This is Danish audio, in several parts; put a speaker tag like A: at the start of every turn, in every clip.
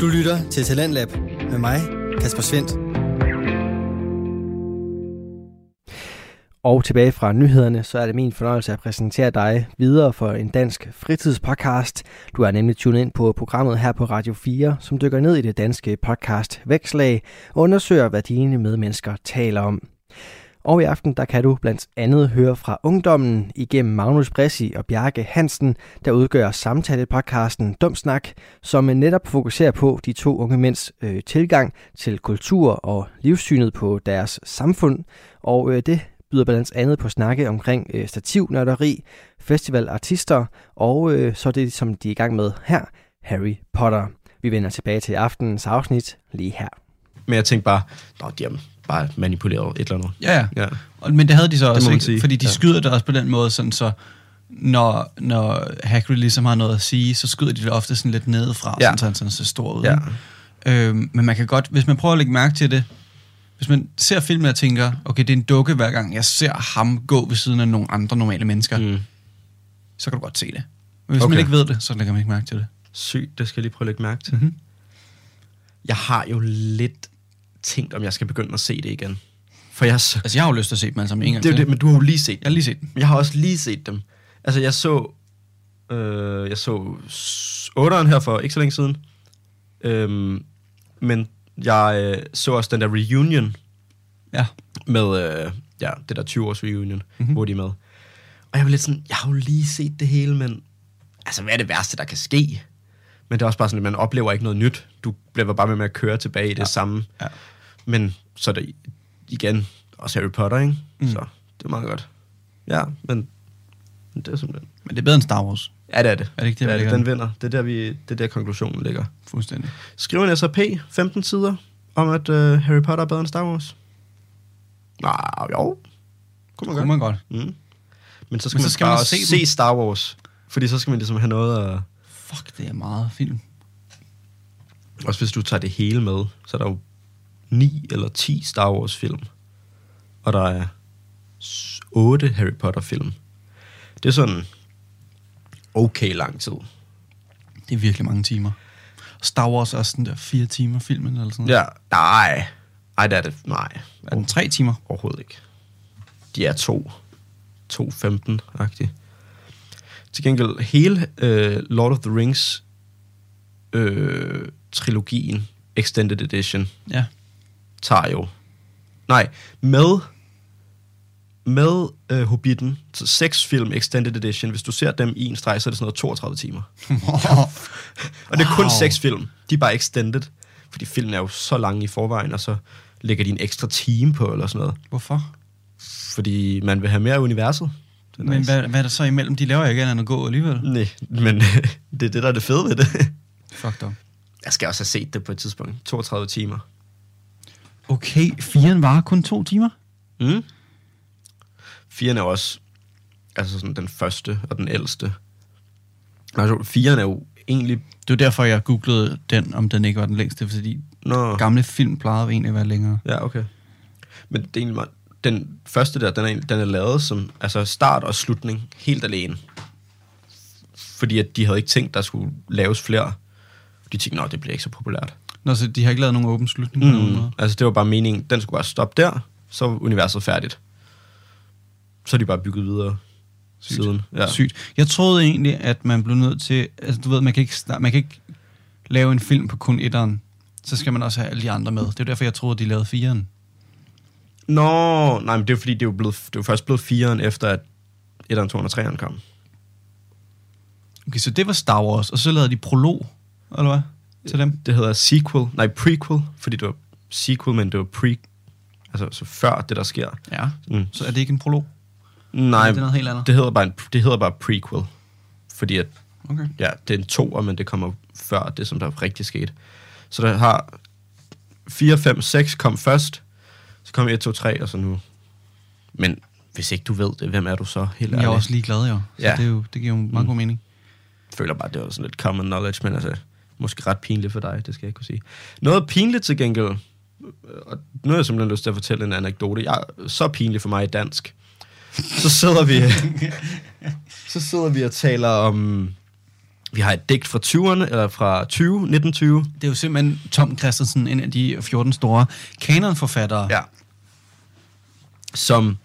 A: Du lytter til Talentlab med mig, Kasper Svendt.
B: Og tilbage fra nyhederne, så er det min fornøjelse at præsentere dig videre for en dansk fritidspodcast. Du er nemlig tunet ind på programmet her på Radio 4, som dykker ned i det danske podcast Vækslag og undersøger, hvad dine medmennesker taler om. Og i aften der kan du blandt andet høre fra ungdommen igennem Magnus Bressi og Bjarke Hansen, der udgør samtalepodcasten Dumsnak, som netop fokuserer på de to unge mænds øh, tilgang til kultur og livssynet på deres samfund. Og øh, det byder blandt andet på snakke omkring øh, stativnørderi, festivalartister og øh, så det, som de er i gang med her, Harry Potter. Vi vender tilbage til aftenens afsnit lige her.
C: Men jeg tænkte bare, nå, de har bare manipuleret et eller andet.
D: Ja, ja.
C: Ja.
D: Og- Men det havde de så også,
C: man
D: ikke?
C: sige,
D: fordi de
C: ja.
D: skyder det også på den måde, sådan så når, når Hagrid ligesom har noget at sige, så skyder de det ofte sådan lidt nedefra,
C: Ja.
D: ja. sådan, så han sådan ser stor ud.
C: Ja.
D: ikke? Øhm, men man kan godt, hvis man prøver at lægge mærke til det, hvis man ser filmen og tænker, okay, det er en dukke hver gang, jeg ser ham gå ved siden af nogle andre normale mennesker, mm. så kan du godt se det. Men hvis okay.
C: Okay.
D: man ikke ved det, så lægger man ikke mærke til det.
C: Sygt, det skal jeg lige prøve at lægge mærke til.
D: Mhm.
C: Mm-hmm. Jeg har jo lidt tænkt, om jeg skal begynde at se det igen. For jeg så...
D: Altså, jeg har jo lyst til at se dem alle sammen en gang
C: Det er jo
D: til.
C: det, men du har jo lige set
D: Jeg har lige set dem.
C: Men Jeg har også lige set dem. Altså, jeg så... Øh, jeg så 8'eren her for ikke så længe siden. Øhm, men jeg øh, så også den der reunion
D: Ja.
C: med... Øh, ja, det der 20-års reunion,
D: Mhm.
C: mm-hmm. hvor de er med. Og jeg var lidt sådan, jeg har jo lige set det hele, men... Altså, hvad er det værste, der kan ske? Men det er også bare sådan, at man oplever ikke noget nyt. Du bliver bare med med at køre tilbage i det ja. samme.
D: Ja.
C: Men så er der igen også Harry Potter, ikke? Mm. Så det er meget godt. Ja, men men det er simpelthen...
D: Men det er bedre end Star Wars,
C: Ja, det er det.
D: Er det ikke det,
C: ja,
D: der ligger?
C: Den vinder. Det er der, vi, det er der konklusionen ligger.
D: fuldstændig.
C: Skriv en SRP, 15 sider, om at øh, Harry Potter er bedre end Star Wars. Nej, jo. Kunne man
D: Kunne man godt.
C: godt. Mm. Men så skal,
D: Men
C: Men
D: så
C: man,
D: skal
C: skal
D: man
C: bare
D: se
C: se,
D: dem.
C: se Star Wars. Fordi så skal man ligesom have noget at...
D: Fuck, det er meget film.
C: Også hvis du tager det hele med, så er der jo 9 eller 10 Star Wars-film. Og der er 8 Harry Potter-film. Det er sådan okay lang tid.
D: Mm. Det er virkelig mange timer. Star Wars er også den der fire timer filmen eller sådan noget.
C: Ja, nej. Ej, det er det. Nej,
D: Er den tre timer?
C: overhovedet ikke. De er to. 2.15-agtige. Til gengæld, hele øh, Lord of the Rings øh, trilogien, Extended Edition,
D: Ja.
C: tager jo... Nej, med med øh, Hobbiten, så seks film Extended Edition, hvis du ser dem i en streg, så er det sådan noget 32 timer. Og det er kun
D: Wow.
C: seks film. De er bare extended. Fordi filmen er jo så lang i forvejen, og så lægger de en ekstra time på, eller sådan noget.
D: Hvorfor?
C: Fordi man vil have mere af universet. Det er
D: Men
C: nice.
D: hvad, hvad er der så imellem? De laver jo ikke andet end at gå alligevel.
C: Nej, men det er det, der er det fede ved det.
D: Fuck dog.
C: Jeg skal også have set det på et tidspunkt. 32 timer.
D: Okay, firen var kun to timer?
C: Mm. Firen er jo også altså sådan den første og den ældste. Nej, så firen er jo egentlig...
D: Det var derfor, jeg googlede den, om den ikke var den længste, fordi
C: Nå,
D: gamle film plejede jo egentlig at være længere.
C: Ja, okay. Men det er egentlig meget, den første der, den er, egentlig- den er lavet som altså start og slutning helt alene. Fordi at de havde ikke tænkt, der skulle laves flere. De tænkte, nej, det bliver ikke så populært.
D: Nå, så de har ikke lavet nogen åben slutning mm. på nogen måde.
C: Altså, det var bare meningen, den skulle bare stoppe der, så var universet færdigt. Så er de bare bygget videre Sygt. siden.
D: Ja. Sygt. Jeg troede egentlig, at man blev nødt til... Altså, du ved, man kan ikke, sta- man kan ikke lave en film på kun etteren. Så skal man også have alle de andre med. Det er jo derfor, jeg troede, de lavede firen.
C: Nå, nej, men det er jo fordi, det er jo, blevet, det er jo først blevet firen, efter at 1'eren, 2'eren og 3'eren kom.
D: Okay, så det var Star Wars, og så lavede de prolog, eller hvad? Til dem?
C: det hedder sequel, nej prequel, fordi det var sequel, men det var pre, altså så før det der sker.
D: Ja.
C: Mm.
D: Så er det ikke en prolog?
C: Nej,
D: det er noget helt andet.
C: det hedder bare, en, det hedder bare prequel, fordi at,
D: Okay.
C: ja, det er en toer, men det kommer før det, som der rigtig skete. Så der har 4, 5, 6 kom først, så kom 1, 2, 3, og så nu. Men hvis ikke du ved det, hvem er du så? Helt
D: Jeg er Mm.
C: ærligt.
D: også lige glad, jo. Så
C: Ja.
D: det, er jo, det giver jo meget god mening.
C: føler bare, det var sådan lidt common knowledge, men altså, måske ret pinligt for dig, det skal jeg ikke kunne sige. Noget pinligt til gengæld, øh, og nu har jeg simpelthen lyst til at fortælle en anekdote, jeg så pinligt for mig i dansk. Så sidder vi, så sidder vi og taler om Vi har et digt fra 20'erne, eller fra 20, 1920.
D: Det er jo simpelthen Tom Christensen, en af de 14 store kanonforfattere.
C: Ja. Som,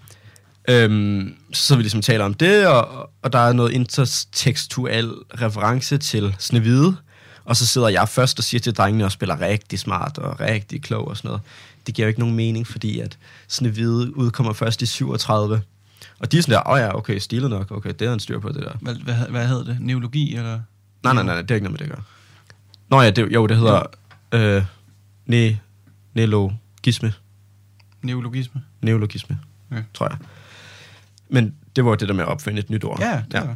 C: øhm, så sidder vi ligesom og taler om det, og, og der er noget intertekstuel reference til Snevide. Og så sidder jeg først og siger til drengene og spiller rigtig smart og rigtig klog og sådan noget. Det giver jo ikke nogen mening, fordi at Snevide udkommer først i 37. Og de er sådan der, åh ja, okay, stilet nok, okay, det er en styr på det der.
D: Hvad, hvad, hed- hvad hedder det? Neologi, eller?
C: Nej, nej, nej, nej, det er ikke noget med det at gøre. Nå ja, det, jo, det hedder øh, ne, neologisme.
D: Neologisme?
C: Neologisme,
D: Ja.
C: ja. tror jeg. Men det var jo det der med at opfinde et nyt ord.
D: Ja, det ja. Var.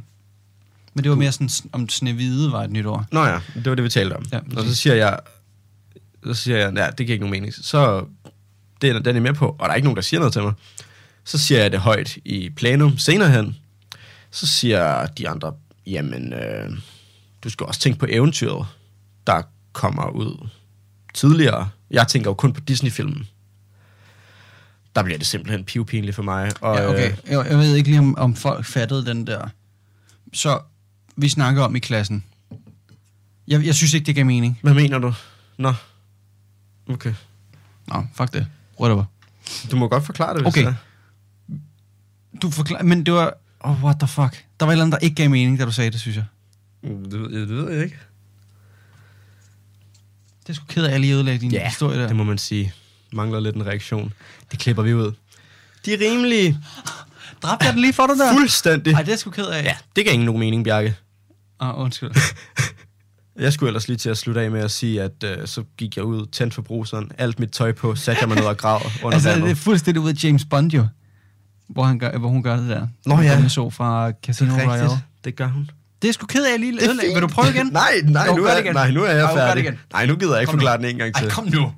D: Men det var mere sådan, s- om snevide var et nyt ord.
C: Nå ja, det var det, vi talte om. Ja,
D: Ja,
C: og så
D: præcis.
C: siger jeg, så siger jeg, ja, det giver ikke nogen mening. Så det er den er jeg med på, og der er ikke nogen, der siger noget til mig. Så siger jeg det højt i plenum senere hen. Så siger de andre, jamen, øh, du skal også tænke på eventyret, der kommer ud tidligere. Jeg tænker jo kun på Disney-filmen. Der bliver det simpelthen pivpinligt for mig. Og,
D: Ja, okay.
C: øh,
D: Jeg, jeg ved ikke lige, om, om folk fattede den der. Så vi snakker om i klassen. Jeg, jeg synes ikke, det gav mening.
C: Hvad mener du? Nå, okay.
D: Nå, fuck det. Whatever.
C: Du må godt forklare det, hvis
D: Okay.
C: det er.
D: Du forklarer, men det var... Oh, what the fuck. Der var et eller andet, der ikke gav mening, da du sagde det, synes jeg.
C: Mm, Det, ved- det ved jeg ikke.
D: Det er sgu ked af, at jeg lige ødelagde din yeah. historie der.
C: det må man sige. Mangler lidt en reaktion. Det klipper vi ud. De er rimelige.
D: Dræbte jeg den lige for dig der?
C: Fuldstændig.
D: Ej, det er sgu ked af.
C: Ja, det gav ingen nogen mening, Bjarke.
D: Åh, oh, undskyld.
C: Jeg skulle ellers lige til at slutte af med at sige, at øh, så gik jeg ud, tændte for bruseren, alt mit tøj på, satte jeg mig ned og græd under
D: altså,
C: altså,
D: det er
C: vandet.
D: fuldstændig ud af James Bond jo. Hvor, han gør, hvor hun gør det der.
C: Nå,
D: Hun
C: ja.
D: kommer så fra Casino Royale.
C: det gør hun.
D: Det er sgu ked af, at jeg lige ødelagde. Vil du prøve igen?
C: nej, nej,
D: Jo,
C: nu
D: gør det
C: er,
D: igen.
C: nej, nu er
D: Jo,
C: jeg
D: gør det igen.
C: færdig. Nej, nu gider jeg ikke
D: Kom nu.
C: forklare den en gang
D: Ej,
C: til.
D: kom nu.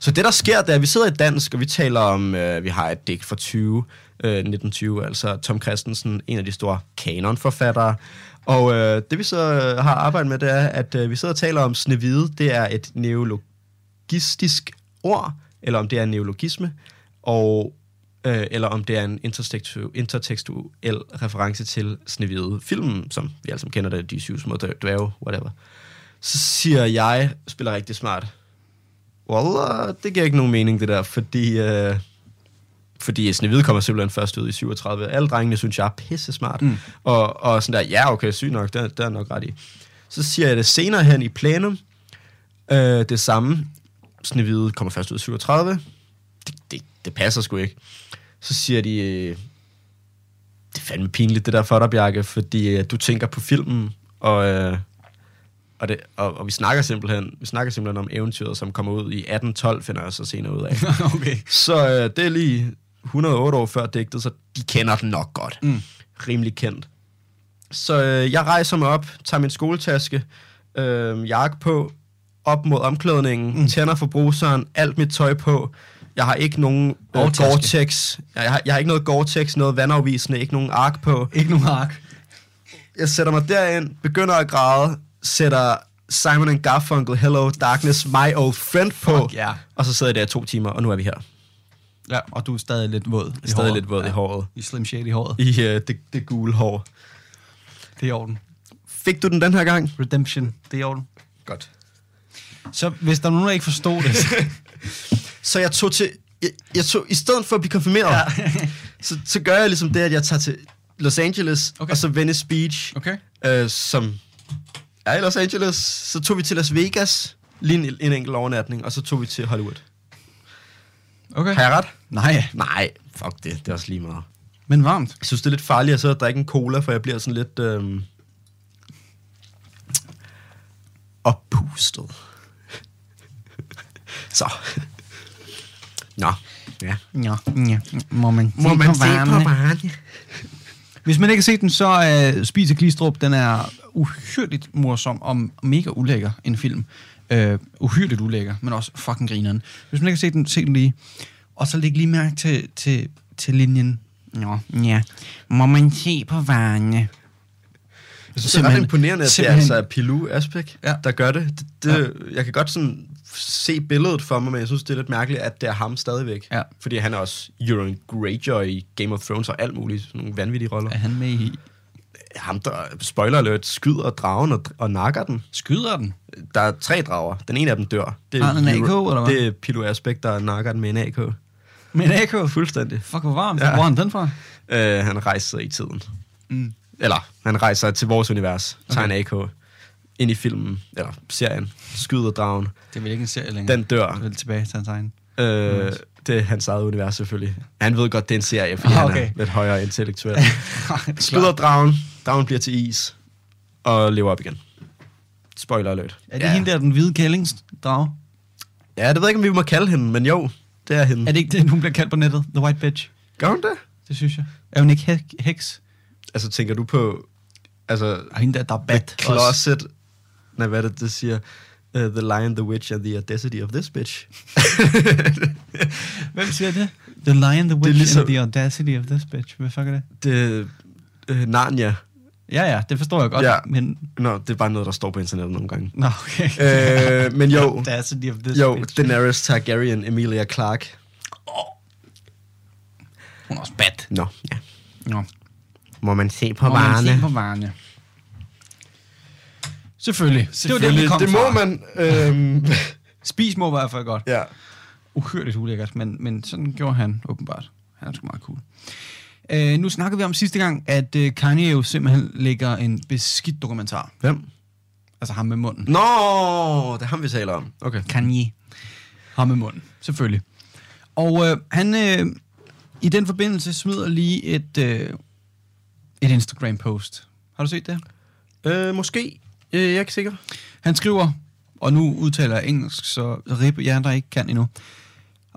C: Så det, der sker, det er, at vi sidder i dansk, og vi taler om, øh, vi har et dæk fra 20, øh, 1920, altså Tom Christensen, en af de store kanonforfattere. Og øh, det, vi så øh, har arbejdet med, det er, at øh, vi sidder og taler om snevide, det er et neologistisk ord, eller om det er en neologisme, og, øh, eller om det er en intertekstu- intertekstuel reference til Snevide-filmen, som vi alle sammen kender det, de syv små dværge- dværge, whatever. Så siger jeg, spiller rigtig smart, Wallah, det giver ikke nogen mening, det der, fordi... Øh, fordi Snevide kommer simpelthen først ud i 37. Alle drengene synes, jeg er pisse smart. Mm. Og, og sådan der, ja okay, syg nok, der, der er nok ret i. Så siger jeg det senere hen i plenum. Øh, det samme. Snevide kommer først ud i 37. Det, det, det passer sgu ikke. Så siger de, øh, det er fandme pinligt, det der for dig, Bjarke, fordi øh, du tænker på filmen, og... Øh, og, det, og, og vi, snakker simpelthen, vi snakker simpelthen om eventyret, som kommer ud i 1812, finder jeg så senere ud af.
D: okay.
C: Så øh, det er lige 108 år før digtet, så de kender den nok godt. Mm. Rimelig kendt. Så øh, jeg rejser mig op, tager min skoletaske, øh, jakke på, op mod omklædningen, mm. tænder for bruseren, alt mit tøj på. Jeg har ikke nogen øh,
D: Overtaske.
C: Gore-Tex. Jeg har, jeg har ikke noget Gore-Tex, noget vandafvisende, ikke nogen ark på.
D: Ikke nogen ark.
C: Jeg sætter mig derind, begynder at græde, sætter Simon and Garfunkel, Hello Darkness, My Old Friend på.
D: Fuck yeah.
C: Og så sidder jeg der i to timer, og nu er vi her.
D: Ja, og du er stadig lidt våd. i
C: Stadig
D: håret.
C: lidt våd i håret.
D: I slim shade i håret.
C: i øh, det, det gule hår.
D: Det er i orden.
C: Fik du den den her gang?
D: Redemption. Det er i orden.
C: Godt.
D: Så hvis der er nogen, der ikke forstod det,
C: Så jeg tog til... Jeg, jeg tog, I stedet for at blive konfirmeret, ja. så, så gør jeg ligesom det, at jeg tager til Los Angeles,
D: Okay.
C: okay. og så Venice Beach,
D: Okay.
C: øh, som er i Los Angeles. Så tog vi til Las Vegas, lige en, en enkelt overnatning, og så tog vi til Hollywood.
D: Okay.
C: Har jeg ret?
D: Nej,
C: Nej, fuck det. Det er også lige meget.
D: men varmt.
C: Jeg synes, det er lidt farligt at sidde og drikke en cola, for jeg bliver sådan lidt... Øh, oppustet. Så. Nå. Ja.
D: Ja. ja. Må man,
C: Må man se på varen?
D: Hvis man ikke har set den, så uh, Spise Glistrup, den er uhyrligt morsom og mega ulækker en film. Uh, uhyrligt ulækker, men også fucking grineren. Hvis man ikke har set den, se den lige. Og så læg lige mærke til, til, til linjen. Nå, ja. Må man se på varerne?
C: Jeg synes, det er
D: Simpelthen.
C: ret imponerende, at
D: Simpelthen.
C: det er altså Pilou Asbæk,
D: Ja.
C: ja. der gør det. det, det ja. Jeg kan godt sådan se billedet for mig, men jeg synes, det er lidt mærkeligt, at det er ham stadigvæk.
D: Ja.
C: Fordi han er også Euron Greyjoy i Game of Thrones og alt muligt. Sådan nogle vanvittige roller.
D: Er han med i...
C: ham, der spoiler alert, skyder dragen og, og nakker den.
D: Skyder den?
C: Der er tre drager. Den ene af dem dør. Det
D: Har han en AK, eller hvad?
C: Det er Pilo Asbæk, der nakker den med en AK.
D: Med en AK?
C: Fuldstændig.
D: Fuck, hvor varmt.
C: Ja.
D: Ja. Hvor har han den fra?
C: Øh, han rejser i tiden.
D: Mm.
C: Eller, han rejser til vores univers. Tager en AK ind i filmen, eller serien. Skyder dragen.
D: Det er vel ikke en serie længere.
C: Den dør.
D: er vel tilbage til hans egen.
C: Øh, det er hans eget univers selvfølgelig. Han ved godt, det er en serie, fordi
D: Ah,
C: okay. han
D: okay.
C: er lidt højere intellektuel.
D: Det er
C: Skyder
D: klart.
C: dragen. Dragen bliver til is. Og lever op igen. Spoiler alert.
D: Er det ja. hende der, den hvide kællingsdrag?
C: Ja, det ved jeg ikke, om vi må kalde hende, men jo, det er hende.
D: Er det ikke det, hun bliver kaldt på nettet? The White Bitch.
C: Gør hun det?
D: Det synes jeg. Er hun ikke hek- heks?
C: Altså, tænker du på... Altså,
D: Og hende der, der er
C: The
D: bad. også.
C: Closet... Nej, hvad er det, det siger? Uh, the Lion, the Witch and the Audacity of this bitch.
D: Hvem siger det? The Lion, the Witch,
C: ligesom-
D: and the Audacity of this bitch. Hvad fuck er det?
C: Det... Uh, Narnia.
D: Ja, ja, det forstår jeg godt,
C: Ja.
D: ja. men...
C: Nå, det er bare noget, der står på internettet nogle gange.
D: Nå, okay.
C: øh, men jo,
D: Audacity of this
C: jo,
D: bitch.
C: Daenerys Targaryen, Emilia Clarke.
D: Hun er også bad.
C: Nå, ja.
D: Nå.
C: Må man se på
D: Må man se på varerne. Selvfølgelig. Det var det, vi kom
C: det må
D: fra.
C: man. Øhm,
D: Spis må i hvert fald godt.
C: ja.
D: uhyrligt ulækkert, men, men sådan gjorde han åbenbart. Han er sgu meget cool. Øh, nu snakkede vi om sidste gang, at øh, Kanye jo simpelthen lægger en beskidt dokumentar.
C: Hvem?
D: Altså ham med munden.
C: Nå, det er ham, vi taler om. Okay.
D: Kanye. Ham med munden, selvfølgelig. Og øh, han øh, i den forbindelse smider lige et, øh, et Instagram-post. Har du set det?
C: Øh, måske. Øh, jeg er ikke sikker.
D: Han skriver, og nu udtaler jeg engelsk, så rip jer, der ikke kan endnu.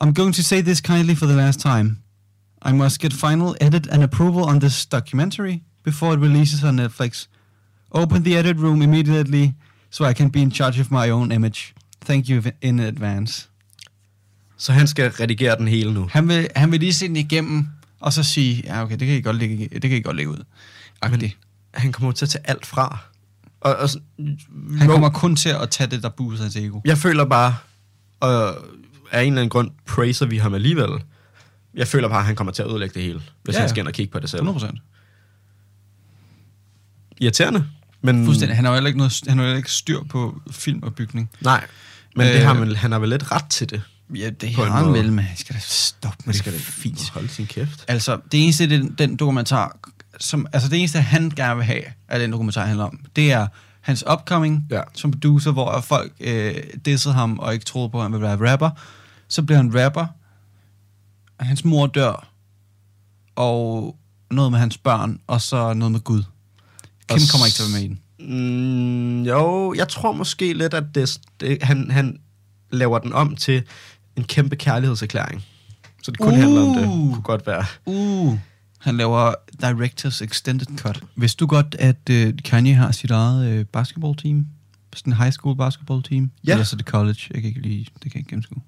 D: I'm going to say this kindly for the last time. I must get final edit and approval on this documentary before it releases on Netflix. Open the edit room immediately, so I can be in charge of my own image. Thank you in advance.
C: Så han skal redigere den hele nu.
D: Han vil, han vil lige se den igennem, og så sige, ja okay, det kan I godt lægge, det kan I godt lægge ud. Agtigt.
C: Han kommer til at tage alt fra. Og, og sådan-
D: Han
C: jo,
D: kommer kun til at tage det, der buser hans ego.
C: Jeg føler bare, og af en eller anden grund praiser vi ham alligevel. Jeg føler bare, at han kommer til at ødelægge det hele, hvis ja,
D: Ja,
C: han
D: ja.
C: skal ind og kigge på det selv.
D: 100%.
C: Irriterende, men
D: Fuldstændig. Han har jo heller ikke, noget, han har jo heller ikke styr på film og bygning.
C: nej. Men øh, det
D: Øh,
C: har man, han har vel lidt ret til det.
D: Ja, det
C: På en
D: har han
C: måde.
D: vel, men jeg skal da stoppe med det fis.
C: Hold sin kæft.
D: Altså, det eneste, den, den dokumentar, som, altså det eneste, han gerne vil have, at den dokumentar handler om, det er hans upcoming
C: Ja.
D: ja. som producer, hvor folk øh, dissede ham og ikke troede på, at han ville være rapper. Så bliver han rapper, og hans mor dør, og noget med hans børn, og så noget med Gud. Kim
C: s-
D: kommer ikke til at være med i den.
C: Mm, jo, jeg tror måske lidt, at det, det, han, han laver den om til en kæmpe kærlighedserklæring. Så det kun uh.
D: Uh.
C: handler om det. Kunne godt være.
D: Uh, han laver Directors Extended Cut. Vidste du godt, at øh, Kanye har sit eget øh, basketballteam? Sådan en high school basketballteam?
C: Ja.
D: Eller så er det college. Jeg kan ikke lige, det kan jeg ikke gennemskue.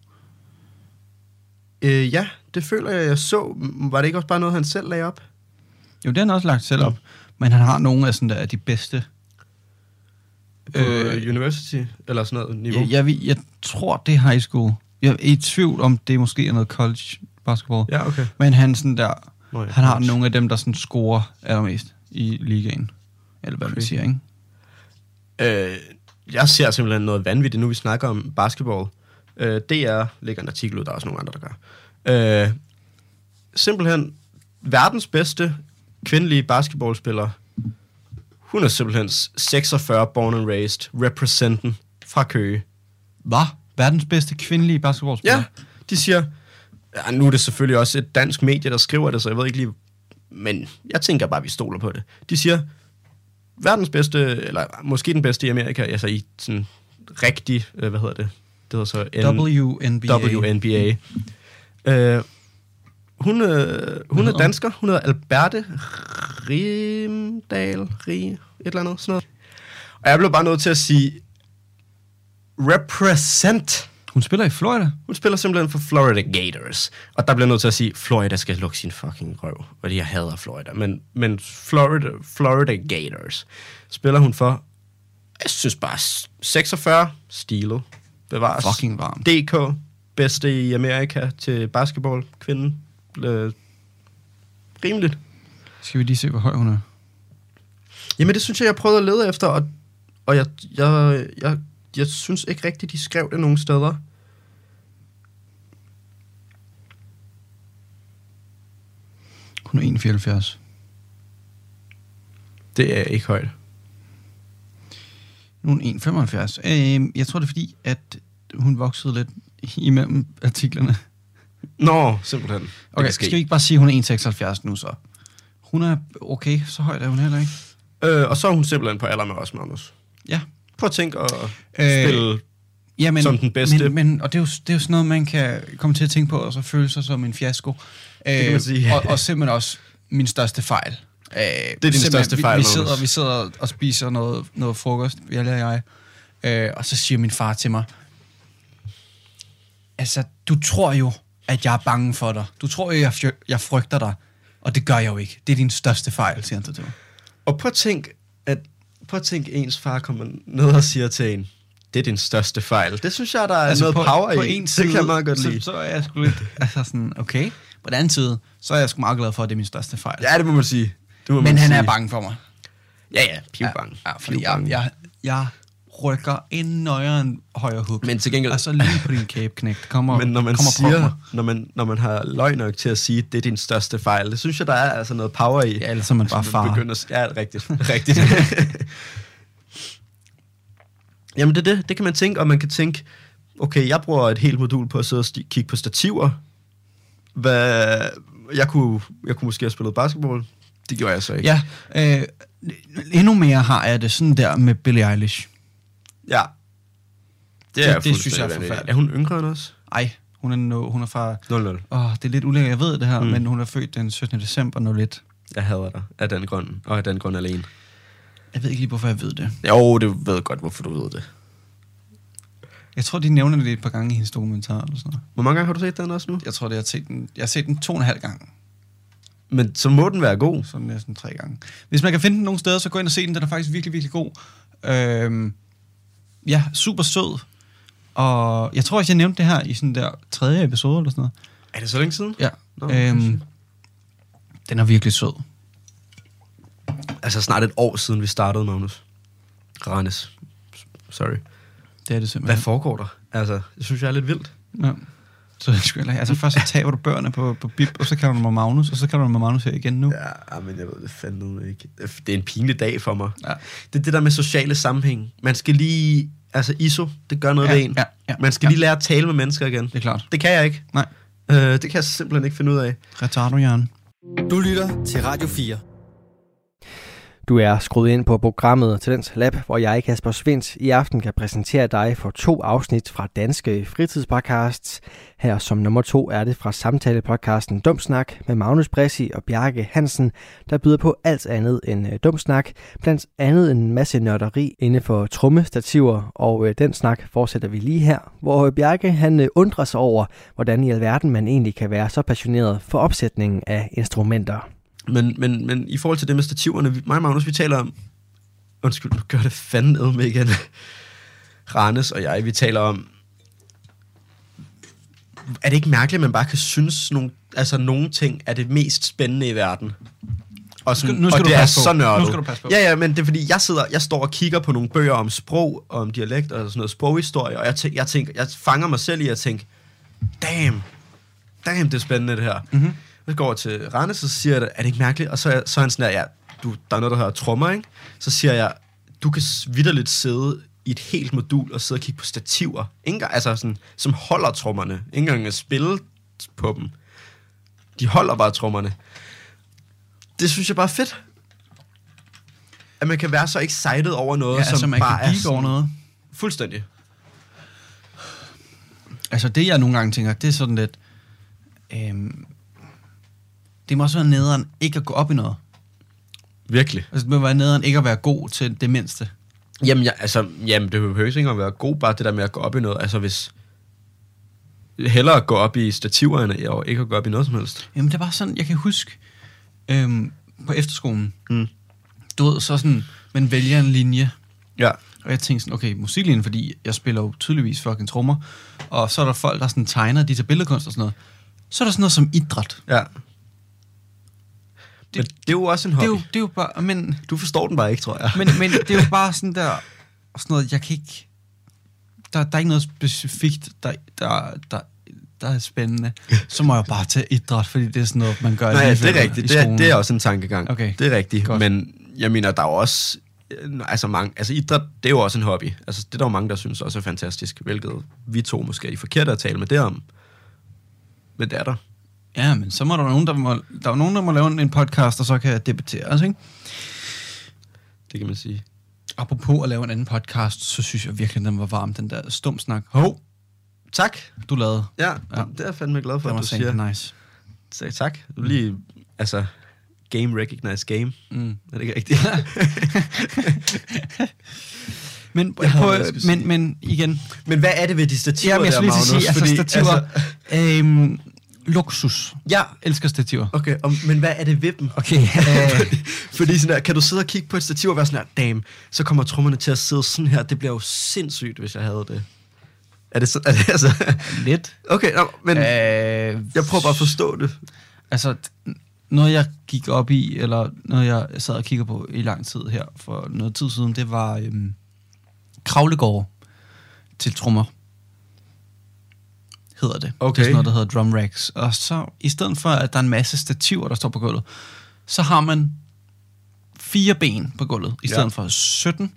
C: Øh, ja, det føler jeg, jeg så. M- Var det ikke også bare noget, han selv lagde op?
D: Jo, det har han også lagt selv op. Men han har nogle af sådan der, de bedste.
C: På øh, university, eller sådan noget niveau?
D: Jeg, jeg, ved- jeg tror, det er high school. Jeg er i tvivl om, det måske er noget college basketball.
C: ja okay.
D: Men han, sådan der,
C: Nå, ja,
D: han har
C: college.
D: nogle af dem, der sådan scorer allermest i ligaen. Eller hvad man
C: Crazy.
D: siger, ikke?
C: Øh, jeg ser simpelthen noget vanvittigt, nu vi snakker om basketball. Øh, DR lægger en artikel ud, der er også nogle andre, der gør. Øh, simpelthen verdens bedste kvindelige basketballspiller. Hun er simpelthen 46 born and raised, representen fra Køge.
D: Hvad? Verdens bedste kvindelige basketballspiller?
C: Ja, de siger, ja, nu er det selvfølgelig også et dansk medie, der skriver det, så jeg ved ikke lige, men jeg tænker bare, at vi stoler på det. De siger, verdens bedste, eller måske den bedste i Amerika, altså i sådan rigtig, øh, hvad hedder det? Det hedder så N-
D: WNBA.
C: WNBA. Øh, hun, øh, hun er
D: hedder hun?
C: dansker, hun hedder Alberte Rimdal, Rie, et eller andet, sådan noget. Og jeg blev bare nødt til at sige, represent
D: Hun spiller i Florida.
C: hun spiller simpelthen for Florida Gators. Og der bliver jeg nødt til at sige, Florida skal lukke sin fucking røv. Fordi jeg hader Florida. Men, men Florida, Florida Gators spiller hun for, jeg synes bare, s- 46 stilet. Bevares.
D: Fucking varm.
C: DK, bedste i Amerika til basketball. Kvinden. Øh, rimeligt.
D: Skal vi lige se, hvor høj hun er?
C: Jamen, det synes jeg, jeg prøvede at lede efter, og, og jeg, jeg, jeg, jeg synes ikke rigtigt, de skrev det nogen steder.
D: Kun 1,74.
C: Det er ikke højt.
D: Nu er hun 1,75. Øh, jeg tror, det er fordi, at hun voksede lidt imellem artiklerne.
C: Nå, simpelthen. Det
D: Okay,
C: kan
D: skal
C: ske.
D: vi ikke bare sige, at hun er 1,76 nu så? Hun er okay, så højt er hun heller ikke.
C: Øh, og så er hun simpelthen på alder med os, Magnus.
D: Ja.
C: Prøv at tænke at
D: Øh,
C: øh, spille...
D: Ja, men,
C: Som den bedste.
D: Men, men, og det er, jo, det er jo sådan noget, man kan komme til at tænke på, og så føle sig som en fiasko. Det
C: kan man sige.
D: og, og simpelthen også min største fejl. Øh, det er
C: din største fejl,
D: Vi, vi,
C: Magnus.
D: sidder, vi sidder og spiser noget, noget frokost, Jelle og jeg, øh, og så siger min far til mig, altså, du tror jo, at jeg er bange for dig. Du tror jo, jeg, fj- jeg frygter dig. Og det gør jeg jo ikke. Det er din største fejl, siger han så til mig.
C: Og prøv at tænke, at, prøv at tænke, ens far kommer ned og siger til en, det er din største fejl. Det synes jeg, der er altså noget på, power
D: på
C: i.
D: En side,
C: det kan jeg meget godt
D: så,
C: lide.
D: Så er jeg sgu lidt, altså sådan, okay. På den anden side, så er jeg sgu meget glad for, at det er min største fejl.
C: Ja, det må man sige. Det må
D: Men
C: man
D: han
C: sige.
D: er bange for mig.
C: Ja, ja, pivbange.
D: Ja, ja fordi jeg, jeg, jeg rykker en nøjere end højre hub.
C: Men til gengæld-
D: Og så lige på din kæbe, knægt. Kommer,
C: Men når man
D: kommer
C: siger, når man, når man har løg nok til at sige, det er din største fejl, det synes jeg, der er altså noget power i.
D: Ja, ellers er man bare
C: Hvis
D: far.
C: Begynder, ja, rigtigt. rigtigt. Jamen, det, er det, det kan man tænke, og man kan tænke, okay, jeg bruger et helt modul på at sidde og sti- kigge på stativer. Hvad, jeg, kunne, jeg kunne måske have spillet basketball. Det gjorde jeg så ikke.
D: Ja, øh, endnu mere har jeg det sådan der med Billie Eilish.
C: ja. Det,
D: Det-
C: er
D: det
C: fuldstændig
D: synes jeg er
C: vanvittigt.
D: forfærdeligt.
C: Er hun yngre end os?
D: Ej, hun er, no, hun er fra...
C: 00.
D: Åh, oh, det er lidt ulækkert, jeg ved det her, mm. men hun er født den 17. december 01.
C: Jeg hader dig af den grund, og af den grund alene.
D: Jeg ved ikke lige, hvorfor jeg ved det.
C: Jo, det ved godt, hvorfor du ved det.
D: Jeg tror, de nævner det et par gange i hendes dokumentar eller sådan noget.
C: Hvor mange gange har du set den også nu?
D: Jeg tror, det, jeg, har set den, jeg har set den to og en halv gang.
C: Men så må den være god.
D: Så næsten tre gange. Hvis man kan finde den nogle steder, så gå ind og se den. Den er faktisk virkelig, virkelig god. Øhm, ja, super sød. Og jeg tror også, jeg nævnte det her i sådan der tredje episode eller sådan noget.
C: Er det så længe siden?
D: Ja.
C: Nå,
D: øhm, den er virkelig sød.
C: Altså snart et år siden, vi startede, Magnus. Randes. Sorry.
D: Det er det simpelthen.
C: Hvad foregår der? Altså, det synes jeg er lidt vildt.
D: Ja. Så jeg skulle altså først så taber du børnene på, på Bip, og så kalder du mig Magnus, og så kalder du mig Magnus her igen nu. Ja.
C: Ja, ah, men jeg ved det fandme ikke. Det er en pinlig dag for mig.
D: Ja.
C: Det er det der med sociale sammenhæng. Man skal lige... Altså, ISO, det gør noget
D: Ja,
C: ved en.
D: ja, ja,
C: Man skal
D: ja.
C: lige lære at tale med mennesker igen.
D: Det er klart.
C: Det kan jeg ikke.
D: Nej,
C: Øh, det kan jeg simpelthen ikke finde ud af.
D: retardo, Jørgen.
A: Du lytter til Radio 4.
B: Du er skruet ind på programmet Talents Lab, hvor jeg, Kasper Svindt, i aften kan præsentere dig for to afsnit fra Danske Fritidspodcasts. Her som nummer to er det fra samtalepodcasten Dumsnak med Magnus Bressi og Bjarke Hansen, der byder på alt andet end øh, Dumsnak, blandt andet en masse nørderi inden for trommestativer, og øh, den snak fortsætter vi lige her, hvor øh, Bjarke han øh, undrer sig over, hvordan i alverden man egentlig kan være så passioneret for opsætningen af instrumenter.
C: Men, men, men i forhold til det med stativerne, vi- mig og Magnus, vi taler om... Undskyld, nu gør det fandme med igen. Randes og jeg, vi taler om... Er det ikke mærkeligt, at man bare kan synes, nogle, altså nogle ting er det mest spændende i verden? Og, sådan,
D: Nu skal- nu skal
C: og
D: du
C: det er
D: passe på.
C: så nørdet.
D: Nu skal du passe på.
C: Ja, ja, men det er fordi, jeg, sidder, jeg står og kigger på nogle bøger om sprog, og om dialekt og sådan noget sproghistorie, og jeg, tæ- jeg, tænker, jeg fanger mig selv i at tænke, damn, damn, det er spændende det her.
D: Mhm.
C: Mm-hmm. Så går jeg til Rane, så siger jeg, er det ikke mærkeligt? Og så er, så er han sådan der, ja, du, der er noget, der hedder trommer, ikke? Så siger jeg, du kan s- vitterligt sidde i et helt modul og sidde og kigge på stativer, ikke, engang- altså sådan, som holder trommerne, ikke engang at spille på dem. De holder bare trommerne. Det synes jeg bare er fedt. At man kan være så excited over noget,
D: Ja,
C: ja, som
D: altså, man
C: bare
D: kan
C: er
D: geek over
C: sådan-
D: noget.
C: Fuldstændig.
D: Altså det, jeg nogle gange tænker, det er sådan lidt... Øhm, det må også være nederen ikke at gå op i noget.
C: Virkelig.
D: Altså det må være nederen ikke at være god til det mindste.
C: Jamen, jeg, altså, jamen, det behøver ikke engang at være god, bare det der med at gå op i noget. Altså, hvis hellere at gå op i stativerne, og ikke at gå op i noget som helst.
D: Jamen det er bare sådan, jeg kan huske øhm, på efterskolen.
C: Mm.
D: Du ved, så sådan, man vælger en linje.
C: Ja.
D: Og jeg tænkte sådan, okay, musiklinjen, fordi jeg spiller jo tydeligvis fucking trommer. Og så er der folk, der sådan tegner, de tager billedkunst og sådan noget. Så er der sådan noget som idræt.
C: Ja. Men det er jo også en
D: det, er
C: hobby.
D: jo, det er jo bare... Men,
C: Du forstår den bare ikke, tror jeg.
D: men, men det er jo bare sådan der... og Sådan noget, jeg kan ikke... Der, der er ikke noget specifikt, der, der, der, der er spændende. Så må jeg bare tage idræt, fordi det er sådan noget, man gør
C: Nej, ja, det
D: alligevel
C: er rigtigt.
D: i
C: Det er,
D: skolen.
C: det er også en tankegang.
D: Okay.
C: Det er rigtigt.
D: Godt.
C: Godt. Men jeg mener, der er jo også... øh, Altså, mange, altså idræt, det er jo også en hobby. Altså, det er der jo mange, der synes også er fantastisk, hvilket vi to måske er de forkerte at tale med det om. Men det er der.
D: Ja, men så må der være nogen, der må, der er nogen, der må lave en- en podcast, og så kan debattere os, ikke?
C: Det kan man sige.
D: Apropos at lave en anden podcast, så synes jeg virkelig, den var varm, den der stum snak. Hov,
C: Tak.
D: du lavede.
C: Ja,
D: Ja.
C: ja. det er jeg fandme glad for,
D: Den
C: at
D: var
C: du siger.
D: sandt nice.
C: Så, tak. Du lige, altså, game recognize game.
D: Mm.
C: Er det ikke rigtigt?
D: Men, på,
C: Jeg havde noget, jeg skulle
D: men, men igen,
C: men hvad er det ved de stativer
D: ja, men jeg
C: der,
D: skulle lige til at sige, altså stativer,
C: altså,
D: altså... øhm, luksus.
C: ja,
D: Elsker stativer.
C: okay, og, men hvad er det ved dem?
D: Okay. Øh,
C: Fordi sådan der, kan du sidde og kigge på et stativ og være sådan her, damn, så kommer trommerne til at sidde sådan her. Det bliver jo sindssygt, hvis jeg havde det. Er det, så, er det altså...
D: lidt.
C: Okay, nå, men øh,
D: Øh,
C: jeg prøver bare at forstå det.
D: Altså, t- noget jeg gik op i, eller noget jeg sad og kigger på i lang tid her for noget tid siden, det var øhm, kravlegårde til trommer. Hedder det. Det
C: Okay.
D: er sådan noget, der hedder drum racks. Og så, i stedet for, at der er en masse stativer, der står på gulvet, så har man fire ben på gulvet, i
C: Ja.
D: stedet for 17.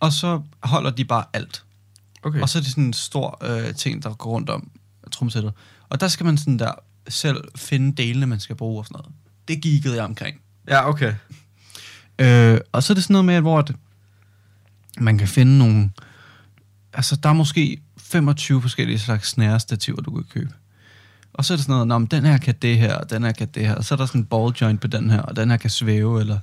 D: Og så holder de bare alt.
C: Okay.
D: Og så er det sådan en stor øh, ting, der går rundt om tromsættet. Og der skal man sådan der selv finde delene, man skal bruge og sådan noget. Det geekede jeg omkring.
C: Ja, okay.
D: Øh, og så er det sådan noget med, at hvor at man kan finde nogle... Altså, der er måske 25 forskellige slags snærestativer, du kan købe. Og så er det sådan noget, "Nå, men den her kan det her, og den her kan det her. Og så er der sådan en ball joint på den her, og den her kan svæve, eller...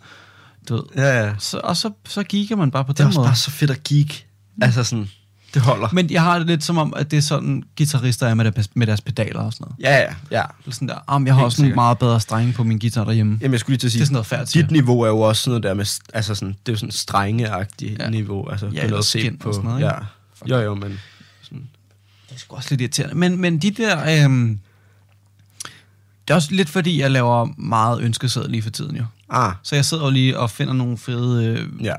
D: Du ved.
C: Ja, ja.
D: Så, og så, så geeker man bare på
C: Det er
D: den
C: også
D: måde.
C: bare så fedt at geek. Altså sådan, det holder.
D: Men jeg har det lidt som om, at det er sådan, guitarister er med deres, med deres pedaler og sådan noget.
C: Ja, ja, ja.
D: Eller sådan der, ah, men jeg har
C: Helt
D: også nogle
C: sikkert.
D: meget bedre strenge på min guitar derhjemme.
C: Jamen, jeg skulle lige til at sige,
D: Det er sådan noget færdigt.
C: dit niveau er jo også sådan noget der med, st- altså sådan, det er jo sådan strengeagtigt
D: Ja.
C: ja. niveau, altså
D: Ja,
C: ja,
D: eller
C: noget
D: skin
C: set
D: og
C: på.
D: sådan noget, ikke?
C: ja. Jo, jo, men sådan,
D: Det er sgu også lidt irriterende. Men, men de der... Øhm, det er også lidt fordi, jeg laver meget ønskeseddel lige for tiden jo.
C: ah,
D: Så jeg sidder jo lige og finder nogle fede øh,
C: ja,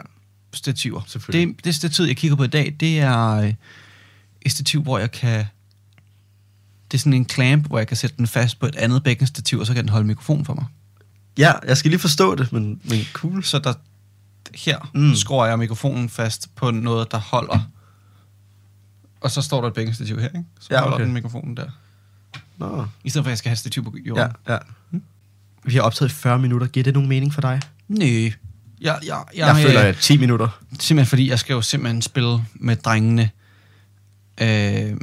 D: stativer.
C: selvfølgelig.
D: Det, det stativ, jeg kigger på i dag, det er øh, et stativ, hvor jeg kan... Det er sådan en clamp, hvor jeg kan sætte den fast på et andet bækkenstativ, og så kan den holde mikrofonen for mig.
C: Ja, jeg skal lige forstå det, men, men cool.
D: Så der, her mm.
C: Mm.
D: skruer jeg mikrofonen fast på noget, der holder. Og så står der et bækkenstativ her, ikke? Så
C: Ja,
D: ja, okay. holder
C: okay.
D: den mikrofonen der.
C: Nå.
D: I stedet for, at jeg skal have et stativ på jorden.
C: Ja, ja.
D: Hm?
C: Vi har optaget i 40 minutter. Giver det nogen mening for dig?
D: Nej. Jeg, jeg, jeg,
C: jeg føler,
D: øh,
C: at 10 minutter.
D: Simpelthen fordi, jeg skal jo simpelthen spille med drengene øh,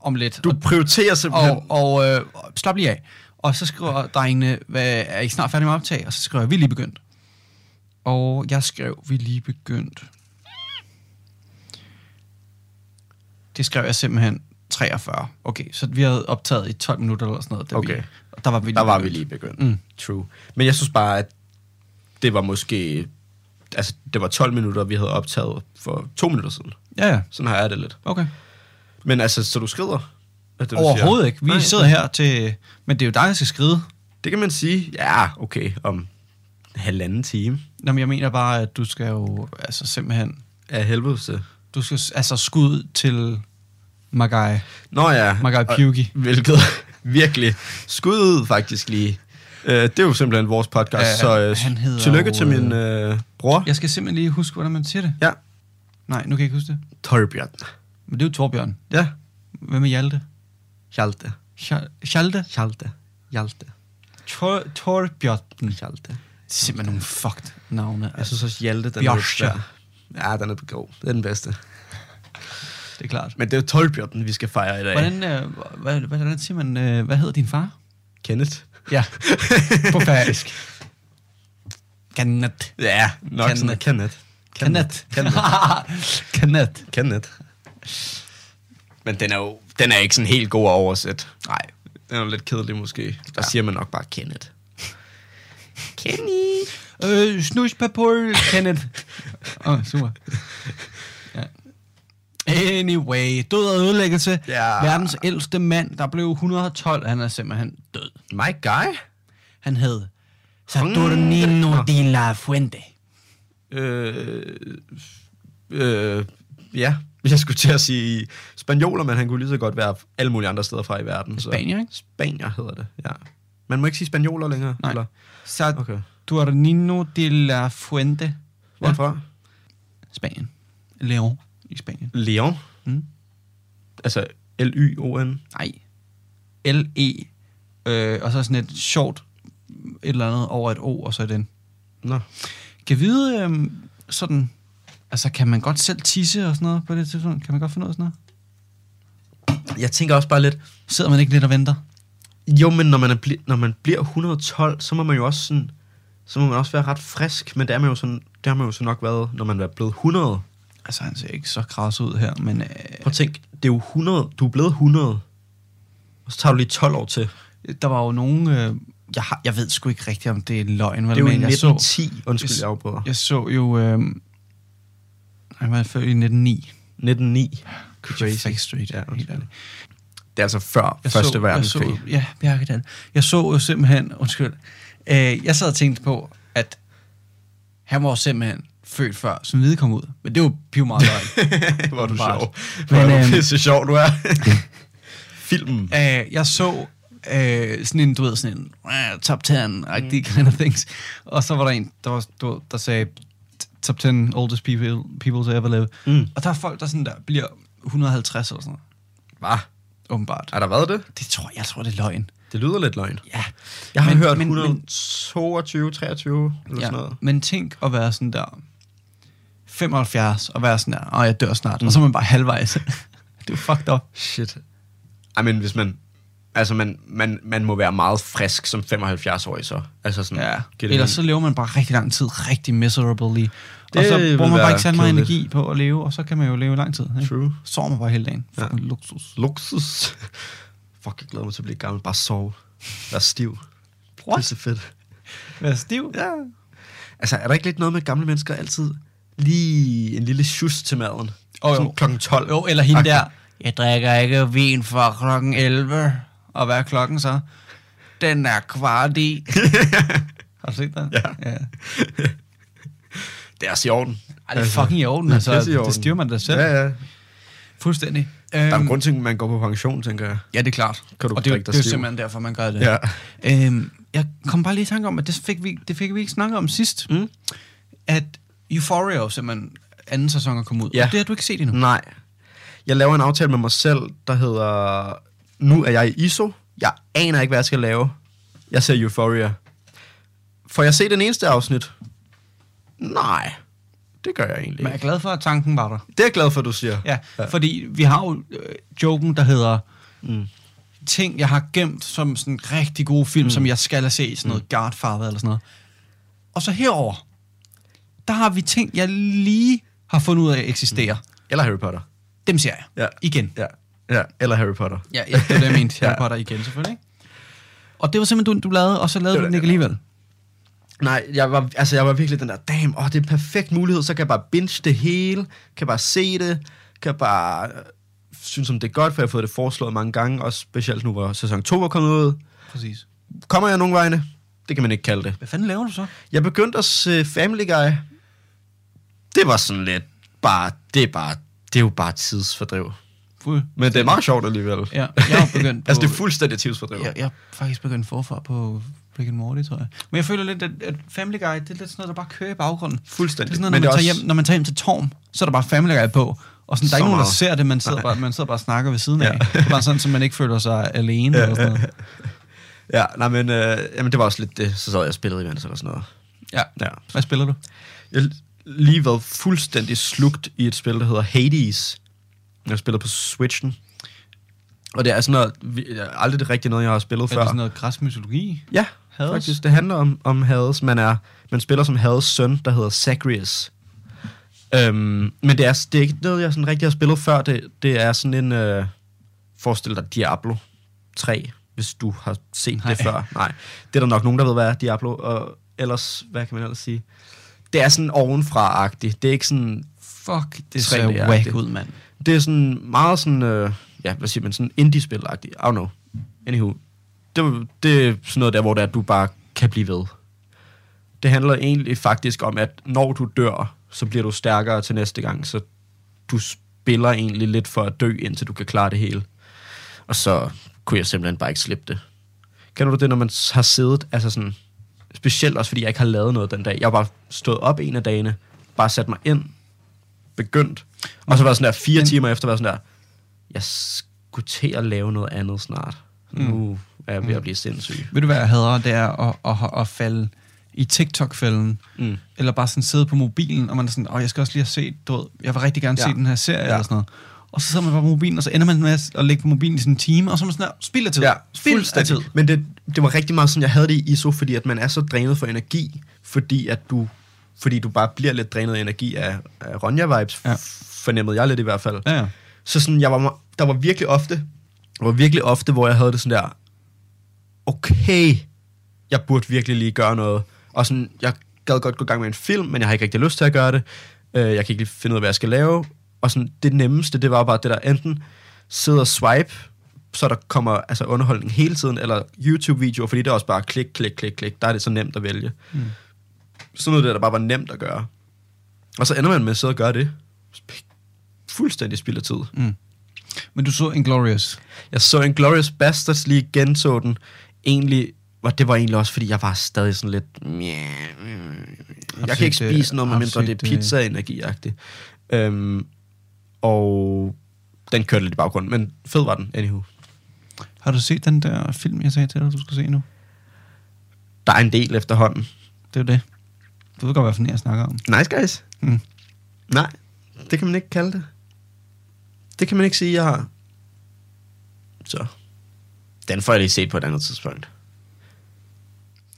D: om lidt.
C: Du prioriterer simpelthen...
D: og, og øh, slap lige af. Og så skriver drengene, hvad, er I snart færdige med at optage? Og så skriver jeg, vi er lige begyndt. Og jeg skrev, vi er lige begyndt. Det skrev jeg simpelthen 43. Okay, så vi havde optaget i 12 minutter eller sådan noget. da
C: Okay.
D: Vi, og der var vi lige
C: der var vi
D: begyndt.
C: lige begyndt.
D: Mm.
C: Mm. True. Men jeg synes bare, at det var måske... Altså, det var 12 minutter, vi havde optaget for to minutter siden.
D: Ja, ja.
C: Sådan har jeg det lidt.
D: Okay.
C: Men altså, så du skrider? Er det, du
D: Overhovedet
C: siger?
D: ikke. Vi
C: Nej.
D: sidder her til... Men det er jo dig, der skal skride.
C: Det kan man sige. Ja, okay. Om halvanden time.
D: Nå, men jeg mener bare, at du skal jo altså simpelthen...
C: Af helvede. så.
D: Du skal s- altså skud til Magai.
C: Nå ja.
D: Magai
C: og-
D: Pyuki.
C: Hvilket virkelig skud ud, faktisk lige. Øh, det er jo simpelthen vores podcast,
D: Ja,
C: ja, så øh,
D: han hedder
C: tillykke
D: jo,
C: til min øh, bror.
D: Jeg skal simpelthen lige huske, hvordan man siger det.
C: Ja.
D: Nej, nu kan jeg ikke huske det.
C: Torbjørn.
D: Men det er jo Torbjørn.
C: Ja.
D: Hvad med Hjalte?
C: Hjalte.
D: Hjal- Hjalte?
C: Hjalte. Hjalte.
D: Tor- Torbjørn.
C: Hjalte.
D: Det er simpelthen nogle fucked navne.
C: Jeg
D: Altså,
C: synes også, Hjalte, den
D: Bjørste.
C: er lidt svær. Ja, den er god. Det er den bedste.
D: det er klart.
C: Men det er jo Torbjørn, vi skal fejre i dag.
D: Hvordan, øh, hvordan, hvordan siger man... Øh, hvad hedder din far?
C: Kenneth.
D: Ja, på færøsk. Kenneth.
C: Ja, nok sådan
D: Kenneth.
C: noget. Kenneth.
D: Kenneth.
C: Kenneth.
D: Kenneth.
C: Kenneth. Men den er jo den er ikke sådan helt god at oversætte. Nej. Den er jo lidt kedelig måske. Der ja. siger man nok bare Kenneth. Kenny.
D: Øh, snus papur, Kenneth. Åh, oh, super. Ja. Anyway, død og ødelæggelse.
C: Ja.
D: Verdens ældste mand, der blev 112, han er simpelthen død.
C: My guy?
D: Han hed Saturnino de la Fuente.
C: Øh, øh, ja, jeg skulle til at sige spanioler, men han kunne lige så godt være alle mulige andre steder fra i verden. Så.
D: Spanier, ikke?
C: Spanier hedder det, ja. Man må ikke sige spanioler længere?
D: Nej.
C: Eller? Okay.
D: Saturnino de la Fuente.
C: Hvor er han fra?
D: Spanien. Leon i Spanien.
C: Leon.
D: Mm.
C: Altså L-Y-O-N.
D: Nej. L-E. Øh, og så sådan et sjovt et eller andet over et O, og så den.
C: Nå.
D: Kan vide øh, sådan... Altså, kan man godt selv tisse og sådan noget på det tidspunkt? Kan man godt finde ud af sådan noget?
C: Jeg tænker også bare lidt,
D: Sidder man ikke lidt og venter?
C: jo, men når man, er bli- når man bliver 112, så må man jo også sådan, så må man også være ret frisk, men det, er man jo sådan, det har man jo så nok været, når man er blevet 100.
D: Altså, han ser ikke så kras ud her, men... Øh,
C: Prøv at tænk, det er jo 100, du er blevet 100, og så tager du lige 12 år til.
D: der var jo nogen... Øh, jeg, har, jeg ved sgu ikke rigtigt, om det er løgn, vel,
C: Det er jo i
D: men jeg så...
C: 1910, undskyld,
D: Hvis-
C: jeg afbryder.
D: Jeg så jo... Øh, han var født i 1909.
C: 1909. Crazy.
D: Fake Street,
C: Ja,
D: ja, helt ærligt.
C: Det er altså før
D: Jeg så- Jeg så, ja, Bjergedal. Jeg så jo simpelthen... Undskyld. Øh, jeg sad og tænkte på, at han var jo simpelthen født før, som vi kom ud. Men det var piv meget løgn.
C: Hvor er du
D: Åbenbart.
C: sjov. Hvor er
D: øhm,
C: du pisse sjov, du er. Filmen.
D: Øh, jeg så øh, sådan en, du ved, sådan en øh, top 10 agtig
C: Mm.
D: kind of things. Og så var der en, der, var, du, ved, der sagde top 10 oldest people, people to ever live.
C: Mm.
D: Og der er folk, der, sådan der bliver 150 eller sådan noget,
C: Hvad?
D: åbenbart.
C: Har der været det?
D: Det tror jeg, jeg tror, det er løgn.
C: Det lyder lidt løgn.
D: Ja.
C: Jeg har
D: Men-
C: men, hørt
D: men- men-
C: 122, 23 eller ja. sådan noget.
D: Men tænk at være sådan der 75 og være sådan der, og jeg dør snart, mm. og så er man bare halvvejs. det er fucked up.
C: Shit. Ej, men hvis man... Altså, man, man, man må være meget frisk som 75-årig så. Altså sådan...
D: Ja.
C: giver det
D: Ellers så
C: mening?
D: lever man bare rigtig lang tid, rigtig miserably. Og
C: Det
D: så
C: vil
D: bruger man
C: være
D: bare ikke særlig meget
C: kedeligt.
D: energi på at leve, og så kan man jo leve i lang tid. Ikke?
C: True.
D: Sover man bare hele dagen.
C: Ja.
D: Ja. luksus.
C: Luksus. Fuck, jeg glæder mig til at blive gammel. Bare sove. Vær stiv. Det
D: What?
C: er så fedt.
D: Vær stiv. Ja.
C: Altså, er der ikke lidt noget med at gamle mennesker altid? Lige en lille sjus til maden.
D: Åh, jo.
C: Sådan klokken 12.
D: Jo, eller hende
C: Agtigt.
D: der. Jeg drikker ikke vin fra klokken 11. Og hvad er klokken så? Den er kvart i. Har du set den? Ja. ja.
C: Det er også i orden.
D: Ej, det er fucking i orden, altså.
C: pisse i orden.
D: Det styrer man da selv.
C: Ja, ja.
D: Fuldstændig.
C: Der er
D: Øhm,
C: en grund til, at man går på pension, tænker jeg.
D: Ja, det er klart.
C: Kan du
D: og det, er jo-
C: drikke dig
D: det er jo
C: stiv?
D: simpelthen derfor, man gør det.
C: Ja.
D: Øhm, jeg kom bare lige i tanke om, at det fik vi, det fik vi ikke snakket om sidst.
C: Mm.
D: At Euphoria jo simpelthen anden sæson er kommet ud.
C: Ja.
D: Og det har du ikke set endnu.
C: Nej. Jeg laver en aftale med mig selv, der hedder... Nu er jeg i ISO. Jeg aner ikke, hvad jeg skal lave. Jeg ser Euphoria. Får jeg se den eneste afsnit? Nej. Det gør jeg egentlig
D: Men jeg er
C: ikke.
D: glad for, at tanken var der.
C: Det er jeg glad for, du siger.
D: Ja, ja. fordi vi har jo øh, joken, der hedder
C: Mm.
D: ting, jeg har gemt som sådan rigtig gode film, mm. som jeg skal have set, sådan noget mm. Godfather eller sådan noget. Og så herover, der har vi ting, jeg lige har fundet ud af eksisterer. Mm.
C: Eller Harry Potter.
D: Dem ser jeg.
C: Ja.
D: Igen.
C: Ja. ja. Eller Harry Potter.
D: Ja, ja det var det, jeg mente. Harry
C: Ja.
D: Potter igen, selvfølgelig. Ikke? Og det var simpelthen, du, du lavede, og så lavede
C: Det
D: du
C: var
D: den
C: det,
D: ikke alligevel.
C: Nej, jeg var, altså jeg var virkelig den der, damn, åh, det er en perfekt mulighed, så kan jeg bare binge det hele, kan bare se det, kan bare øh, synes, om det er godt, for jeg har fået det foreslået mange gange, også specielt nu, hvor sæson 2 var kommet ud.
D: Præcis.
C: Kommer jeg nogen vegne? Det kan man ikke kalde det.
D: Hvad fanden laver du så?
C: Jeg begyndte at se Family Guy. Det var sådan lidt bare, det er bare, det er jo bare tidsfordriv.
D: Fuld.
C: Men det er meget sjovt alligevel.
D: Ja, jeg er jo begyndt på...
C: altså, det er fuldstændig tidsfordriv.
D: jeg, jeg er faktisk begyndt forfra på Rick and Morty, tror jeg. Men jeg føler lidt, at, at Family Guy, det er lidt sådan noget, der bare kører i baggrunden. Det
C: Fuldstændig.
D: er sådan noget, når,
C: Men
D: man
C: det er
D: tager
C: også-
D: hjem, når man tager hjem til Torm, så er der bare Family Guy på. Og sådan,
C: Så
D: der er ikke nogen, der
C: meget.
D: ser det, man sidder, bare, man sidder bare og snakker ved siden af. Det er bare sådan, så man ikke føler sig alene. Eller sådan noget.
C: Ja, nej, men øh, jamen, det var også lidt det, så sad jeg og spillede imens eller sådan noget.
D: Ja.
C: Ja.
D: Hvad spiller du?
C: Jeg har lige været fuldstændig slugt i et spil, der hedder Hades. Jeg spiller på Switchen. Og det er sådan noget, vi- det er aldrig det rigtige noget, jeg har spillet
D: Er
C: før.
D: det sådan noget græsk mytologi?
C: Ja,
D: Hades?
C: Hades. faktisk. Det handler om, om Hades. Man, er, man spiller som Hades søn, der hedder Zagreus. Øhm, men det er, det er ikke noget, jeg sådan rigtig har spillet før. Det, det er sådan en... Øh, forestil dig Diablo 3, hvis du har set Nej. det før. Nej, det er der nok nogen, der ved, hvad er Diablo. Og ellers, hvad kan man ellers sige? Det er sådan ovenfra-agtigt. Det er ikke sådan
D: Fuck, det
C: Træ-
D: ser
C: ja,
D: whack
C: det-
D: ud, mand.
C: det er sådan meget sådan, øh, ja, hvad siger man, sådan indie-spil-agtigt. I don't know. Anywho. Det, det er sådan noget der, hvor det er, at du bare kan blive ved. Det handler egentlig faktisk om, at når du dør, så bliver du stærkere til næste gang, så du spiller egentlig lidt for at dø, indtil du kan klare det hele. Og så kunne jeg simpelthen bare ikke slippe det. Kender du det, når man har siddet, altså sådan, specielt også fordi jeg ikke har lavet noget den dag. Jeg har bare stået op en af dagene, bare sat mig ind, begyndt, og så var sådan der fire timer efter, var sådan der, jeg skulle til at lave noget andet snart. Nu er jeg ved at blive sindssyg.
D: Ved du, hvad jeg hader? Det er at, at, at, at falde i TikTok-fælden.
C: Mm.
D: Eller bare sådan sidde på mobilen, og man er sådan, åh, jeg skal også lige have set, du ved, jeg vil rigtig gerne
C: Ja.
D: se den her serie,
C: Ja.
D: eller sådan noget. Og så sidder man bare på mobilen, og så ender man med at lægge på mobilen i sådan en time, og så er man sådan her, spild af tid.
C: Ja,
D: spild af tid.
C: Men det, det var rigtig meget sådan, jeg havde det i ISO, fordi at man er så drænet for energi, fordi at du, fordi du bare bliver lidt drænet af energi af, af Ronja-vibes,
D: Ja.
C: ja. fornemmede jeg lidt i hvert fald.
D: Ja, ja.
C: Så sådan, jeg var, der var virkelig ofte, der var virkelig ofte, hvor jeg havde det sådan der, okay, jeg burde virkelig lige gøre noget. Og sådan, jeg gad godt gå i gang med en film, men jeg har ikke rigtig lyst til at gøre det. Øh, jeg kan ikke lige finde ud af, hvad jeg skal lave. Og sådan, det nemmeste, det var bare det der, enten sidde og swipe, så der kommer altså underholdning hele tiden, eller YouTube-videoer, fordi det er også bare klik, klik, klik, klik. Der er det så nemt at vælge. Mm. Sådan noget der, der bare var nemt at gøre. Og så ender man med at sidde og gøre det. Sp- Fuldstændig spild af tid.
D: Mm. Men du så Inglourious.
C: Jeg så Inglourious Bastards lige genså den. Egentlig, og det var egentlig også, fordi jeg var stadig sådan lidt... meh, mm, Jeg kan ikke
D: Absolut, øh,
C: spise noget, medmindre det er
D: absolut, øh.
C: pizza-energiagtigt. Øhm, og den kørte lidt i baggrunden, men fed var den, anywho.
D: Har du set den der film, jeg sagde til dig, du skulle se nu?
C: Der er en del efterhånden.
D: Det er jo det. Du ved godt, hvad for en jeg snakker om.
C: Nice guys.
D: Mm.
C: Nej, det kan man ikke kalde det. Det kan man ikke sige, jeg har. Så. Den får jeg lige set på et andet tidspunkt.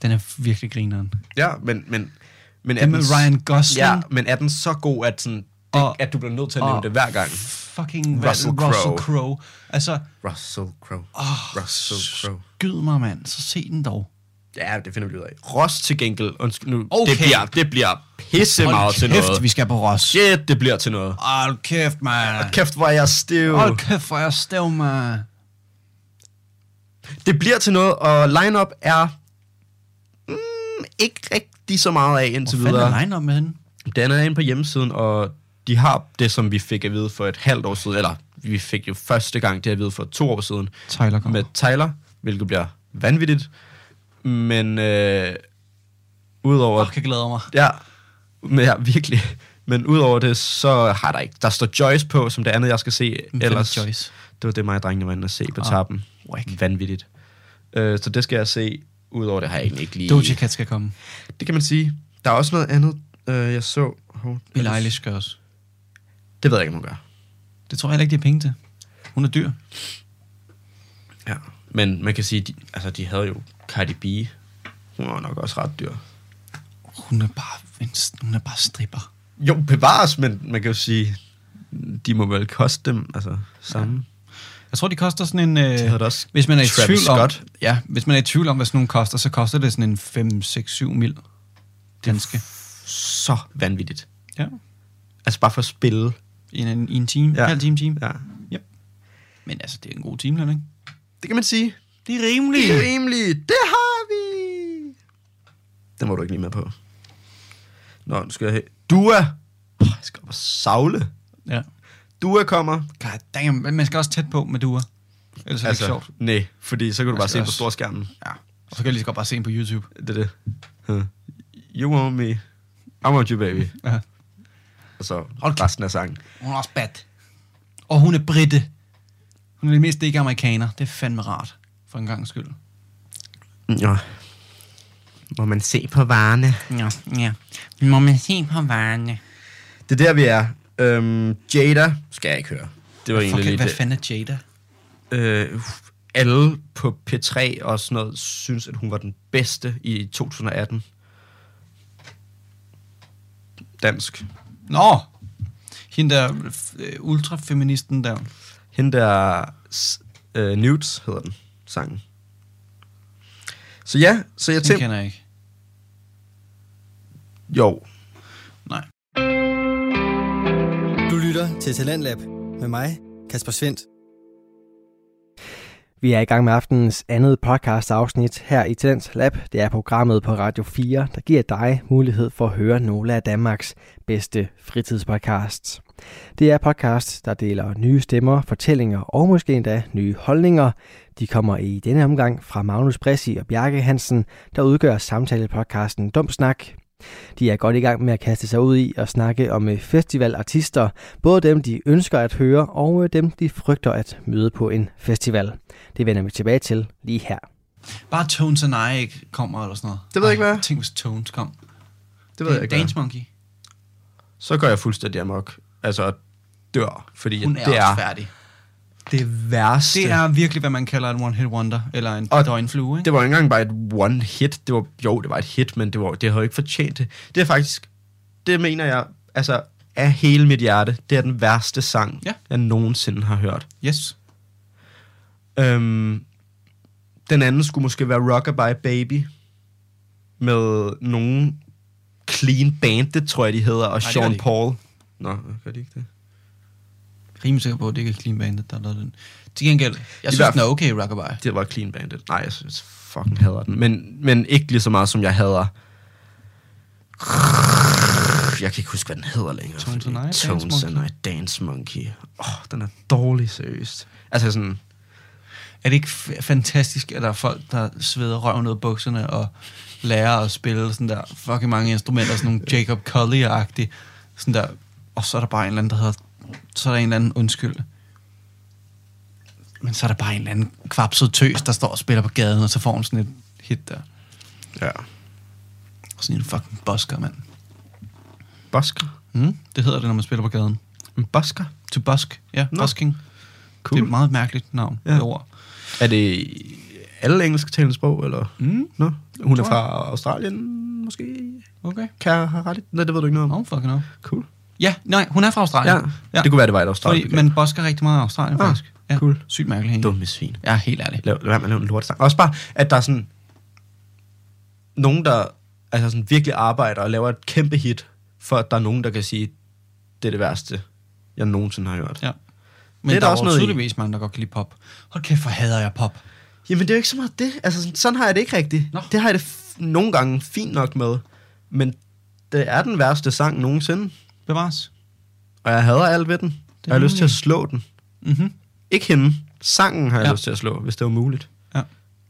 D: Den er virkelig grineren.
C: Ja, men... men men er
D: Den med
C: den s-
D: Ryan Gosling.
C: Ja, men er den så god, at, sådan, det,
D: Og-
C: at du bliver nødt til at nævne
D: og
C: det hver gang?
D: Fucking hvad-
C: Russell Crowe.
D: Russell Crowe. Altså,
C: Russell Crowe.
D: åh,
C: Russell Crowe.
D: skyd mig, mand. Så se den dog.
C: Ja, det finder vi ud af. Ross til gengæld. Undskyld, nu,
D: Okay.
C: det, bliver, det bliver pisse meget til noget.
D: vi skal på Ross.
C: Shit, det bliver til noget.
D: Hold kæft, mand.
C: Kæft, hvor er jeg stiv.
D: Hold kæft, hvor jeg stæv, mand.
C: Det bliver til noget, og lineup er mm, ikke rigtig så meget af indtil
D: Hvor fanden
C: videre.
D: er line op med hende?
C: Den er inde på hjemmesiden, og de har det, som vi fik at vide for et halvt år siden, eller vi fik jo første gang det at vide for to år siden,
D: Tyler kommer.
C: med Tyler, hvilket bliver vanvittigt. Men øh, udover...
D: Fuck, jeg glæder mig.
C: Ja, men ja, virkelig. Men udover det, så har der ikke... Der står Joyce på, som det andet, jeg skal se.
D: fanden er
C: Ellers,
D: Joyce?
C: Det var det, mig og drengene var inde at se på
D: Ah,
C: tappen.
D: whack.
C: Vanvittigt. Øh, så det skal jeg se. Udover det har jeg egentlig ikke lige...
D: Doja Cat skal komme.
C: Det kan man sige. Der er også noget andet, øh, jeg så... Hov,
D: Bill Eilish skal også.
C: Det ved jeg ikke, om hun gør.
D: Det tror jeg heller ikke, de har penge til. Hun er dyr.
C: Ja. Men man kan sige, de, altså de havde jo Cardi B. Hun var nok også ret dyr.
D: Hun er bare, en, hun er bare stripper.
C: Jo, bevares, men man kan jo sige, de må vel koste dem, altså samme.
D: Jeg tror, de koster sådan en... Øh,
C: havde da også
D: hvis man er i
C: Travis
D: tvivl
C: Scott.
D: om, ja, hvis man er i tvivl om, hvad sådan nogle koster, så koster det sådan en 5, 6, 7 mil danske.
C: Så vanvittigt.
D: Ja.
C: Altså bare for at spille.
D: I en, i en time, ja.
C: Ja.
D: halv time, time.
C: Ja.
D: Yep. Men altså, det er en god timeløn, ikke?
C: Det kan man sige.
D: Det er rimeligt.
C: Det er rimeligt. Det har vi. Den var du ikke lige med på. Nå, nu skal jeg... he- Dua! Åh, Jeg skal op og savle.
D: Ja.
C: Dua kommer.
D: God damn, men man skal også tæt på med duer. Ellers er det altså. ikke sjovt.
C: nej, fordi så kan du bare
D: skal
C: se den på
D: også-
C: storskærmen.
D: Ja. Og så kan jeg lige så godt bare se en på YouTube.
C: Det er det. Huh. You want me. I want you, baby.
D: Ja.
C: Og så resten af sangen.
D: Hun er også bad. Og hun er britte. Hun er det mest ikke amerikaner. Det er fandme rart. For en gang skyld.
C: Nå. Må man se på varerne.
E: Ja, ja. Må man se på varerne?
C: Det er der, vi er. Øhm, Jada skal jeg ikke høre. Det var egentlig
D: Fuck,
C: lige
D: hvad
C: det.
D: fanden er Jada?
C: Øh, alle på P3 og sådan noget synes, at hun var den bedste i 2018. Dansk.
D: Nå! Hende der øh, ultrafeministen der.
C: Hende der s- øh, Nudes hedder den sangen. Så ja, så jeg
D: Den
C: tænkte...
D: kender jeg ikke.
C: Jo,
D: Nej.
A: Du lytter til Talentlab med mig, Kasper Svendt.
B: Vi er i gang med aftenens andet podcast afsnit her i Tendens Lab. Det er programmet på Radio 4, der giver dig mulighed for at høre nogle af Danmarks bedste fritidspodcasts. Det er podcast, der deler nye stemmer, fortællinger og måske endda nye holdninger. De kommer i denne omgang fra Magnus Bressi og Bjarke Hansen, der udgør samtalepodcasten Dumsnak. De er godt i gang med at kaste sig ud i at snakke om øh, festivalartister, både dem, de ønsker at høre, og øh, dem, de frygter at møde på en festival. Det vender vi tilbage til lige her.
D: Bare Tones and I ikke kommer eller sådan noget.
C: Det ved jeg ikke, hvad
D: Ej,
C: er.
D: Tænk, hvis Tones kom.
C: Det ved jeg ikke. hvad
D: Dance Monkey.
C: er. Så går jeg fuldstændig amok. Altså dør, fordi
D: Hun er,
C: det
D: også
C: er
D: færdig.
C: det værste.
D: Det er virkelig, hvad man kalder en one-hit wonder, eller en
C: Og
D: døgnflue, ikke?
C: Det var ikke engang bare et one hit. Det var, jo, det var et hit, men det, var, det havde jo ikke fortjent det. Det er faktisk, det mener jeg, altså af hele mit hjerte, det er den værste sang,
D: Ja.
C: jeg nogensinde har hørt.
D: Yes.
C: Øhm, den anden skulle måske være Rockabye Baby, med nogen clean band, det tror jeg, de hedder, og
D: gør
C: Sean
D: de ikke.
C: Paul. Nå, gør de ikke det?
D: Rimelig sikker på, at det ikke er Clean Bandit, der har lavet den. Til gengæld, jeg synes,
C: hvert
D: den er okay, Rockabye.
C: Det var Clean Bandit. Nej, jeg synes, fucking hader den. Men, men ikke lige så meget, som jeg hader... Jeg kan ikke huske, hvad den hedder længere.
D: Tones
C: fordi-
D: and I, Dance
C: Tones and I, Dance Monkey. Åh, oh, den er dårlig, seriøst. Altså sådan...
D: Er det ikke f- fantastisk, at der er folk, der sveder røven ud af bukserne og lærer at spille sådan der fucking mange instrumenter, sådan nogle Jacob Collier-agtige, sådan der, og så er der bare en eller anden, der hedder, så er der en eller anden, undskyld, men så er der bare en eller anden kvapset tøs, der står og spiller på gaden, og så får hun sådan et hit der.
C: Ja.
D: Og sådan en fucking busker, mand.
C: Busker.
D: Mm, det hedder det, når man spiller på gaden.
C: En busker?
D: To busk, ja,
C: Nå.
D: busking.
C: Cool.
D: Det er et meget mærkeligt navn,
C: Ja.
D: ja. det ord.
C: Er det alle engelsktalende sprog, eller?
D: Mm,
C: Nå, hun er
D: Tror jeg.
C: fra Australien, måske?
D: okay.
C: Kan jeg have ret? Nej, det ved du ikke noget om.
D: Oh, fucking up.
C: Cool.
D: Ja, nej, hun er fra Australien.
C: Ja. ja. Det kunne være, det var et
D: Fordi
C: Australien.
D: man bosker rigtig meget i Australien,
C: Ah,
D: faktisk. Ja.
C: cool.
D: Sygt mærkeligt. egentlig.
C: Dumme svin.
D: Ja, helt ærligt.
C: lav, lad være med at lave en lortesang. Også bare, at der er sådan nogen, der altså sådan virkelig arbejder og laver et kæmpe hit, for at der er nogen, der kan sige, det er det værste, jeg nogensinde har hørt. Ja.
D: Ja.
C: Det
D: Men det
C: er der
D: er der, er
C: også
D: også
C: noget i.
D: tydeligvis mange, der godt kan lide pop. Hold kæft, hvor hader jeg pop.
C: Jamen, det er jo ikke så meget det. Altså, sådan, sådan har jeg det ikke rigtigt.
D: Nå.
C: Det har jeg det f- nogle gange fint nok med, men det er den værste sang nogensinde,
D: Bevares.
C: og jeg hader alt ved den. Og jeg har
D: nemlig-
C: lyst til at slå den.
D: Mm-hmm.
C: Ikke hende. Sangen har jeg ja.
D: Ja.
C: lyst til at slå, hvis det var muligt.
D: Ja.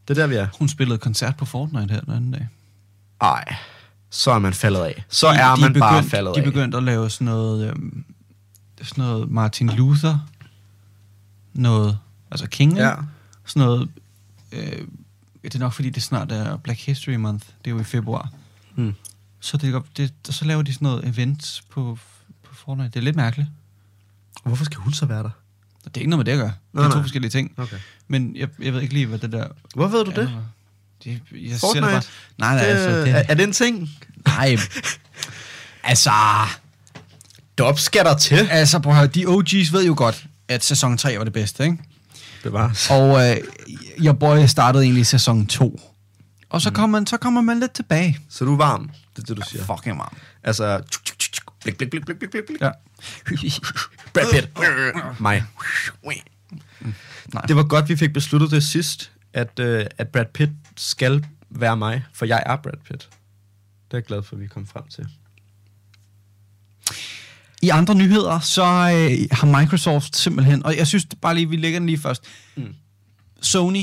C: Det er der, vi er.
D: Hun spillede koncert på Fortnite her den anden dag.
C: Ej, så er man faldet af. Så er man bare faldet
D: De
C: af.
D: begyndte at lave sådan noget, øhm, sådan noget Martin Luther, noget, altså King,
C: Ja.
D: ja. sådan noget, øh, det er nok fordi, det snart er Black History Month, det er jo i februar.
C: Mm.
D: Så, det, er godt- det, og så laver de sådan noget event på, på Fortnite. Det er lidt mærkeligt.
C: Hvorfor skal hun så være der?
D: Og det er ikke noget med det at gøre. Det
C: Nej,
D: er to
C: nej.
D: forskellige ting.
C: Okay.
D: Men jeg, jeg ved ikke lige, hvad det der...
C: Hvor ved du
D: er
C: det?
D: noget. det jeg ser
C: Fortnite?
D: det bare... Nej, nej, altså...
C: det, er,
D: Det,
C: er det en ting?
D: nej. altså...
C: Dop skal der til.
D: Altså, prøv at høre, de OG's ved jo godt, at sæson 3 var det bedste, ikke?
C: Bevares.
D: Og øh, jeg boy startede egentlig i sæson 2. Og så, kommer man, så kommer man lidt tilbage.
C: Så du er varm, det er det, du siger.
D: Fucking varm.
C: Altså, tjuk, tjuk, tjuk, tjuk, blik, blik, blik, blik, blik, blik, blik.
D: Ja.
C: Brad Pitt. Mig.
D: Nej.
C: Det var godt, vi fik besluttet det sidst, at, øh, at Brad Pitt skal være mig, for jeg er Brad Pitt. Det er jeg glad for, at vi kom frem til.
D: I andre nyheder, så øh, har Microsoft simpelthen, og jeg synes bare lige, vi lægger den lige først.
C: Mm.
D: Mm. Sony,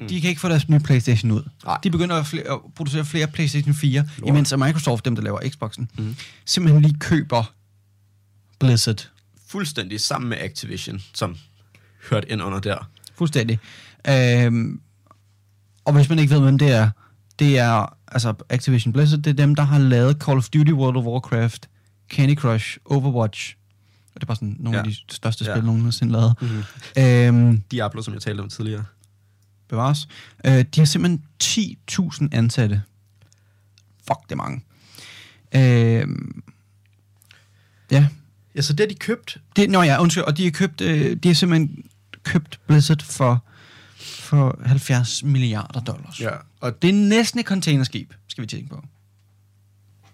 D: mm. de kan ikke få deres nye Playstation ud.
C: Nej.
D: De begynder at, flere, at producere flere Playstation 4, Lort. imens at Microsoft, dem der laver Xboxen, mm. simpelthen lige køber Blizzard.
C: Fuldstændig sammen med Activision, som hørte ind under der.
D: Fuldstændig. Øhm, og hvis man ikke ved, hvem det er, det er altså Activision Blizzard, det er dem, der har lavet Call of Duty, World of Warcraft, Candy Crush, Overwatch. Og det er bare sådan nogle
C: Ja.
D: ja. af de største
C: Ja.
D: spil, ja. nogen nogensinde lavet. Mm-hmm. Øhm,
C: Diablo, som jeg talte om tidligere.
D: bevares. Øh, de har simpelthen 10.000 ansatte. Fuck, det er mange. Øhm, ja,
C: Ja, så det har de købt.
D: det, nå ja, undskyld, og de har købt, øh, de har simpelthen købt Blizzard for, for 70 milliarder dollars.
C: Og
D: Det er næsten et containerskib, skal vi tænke på.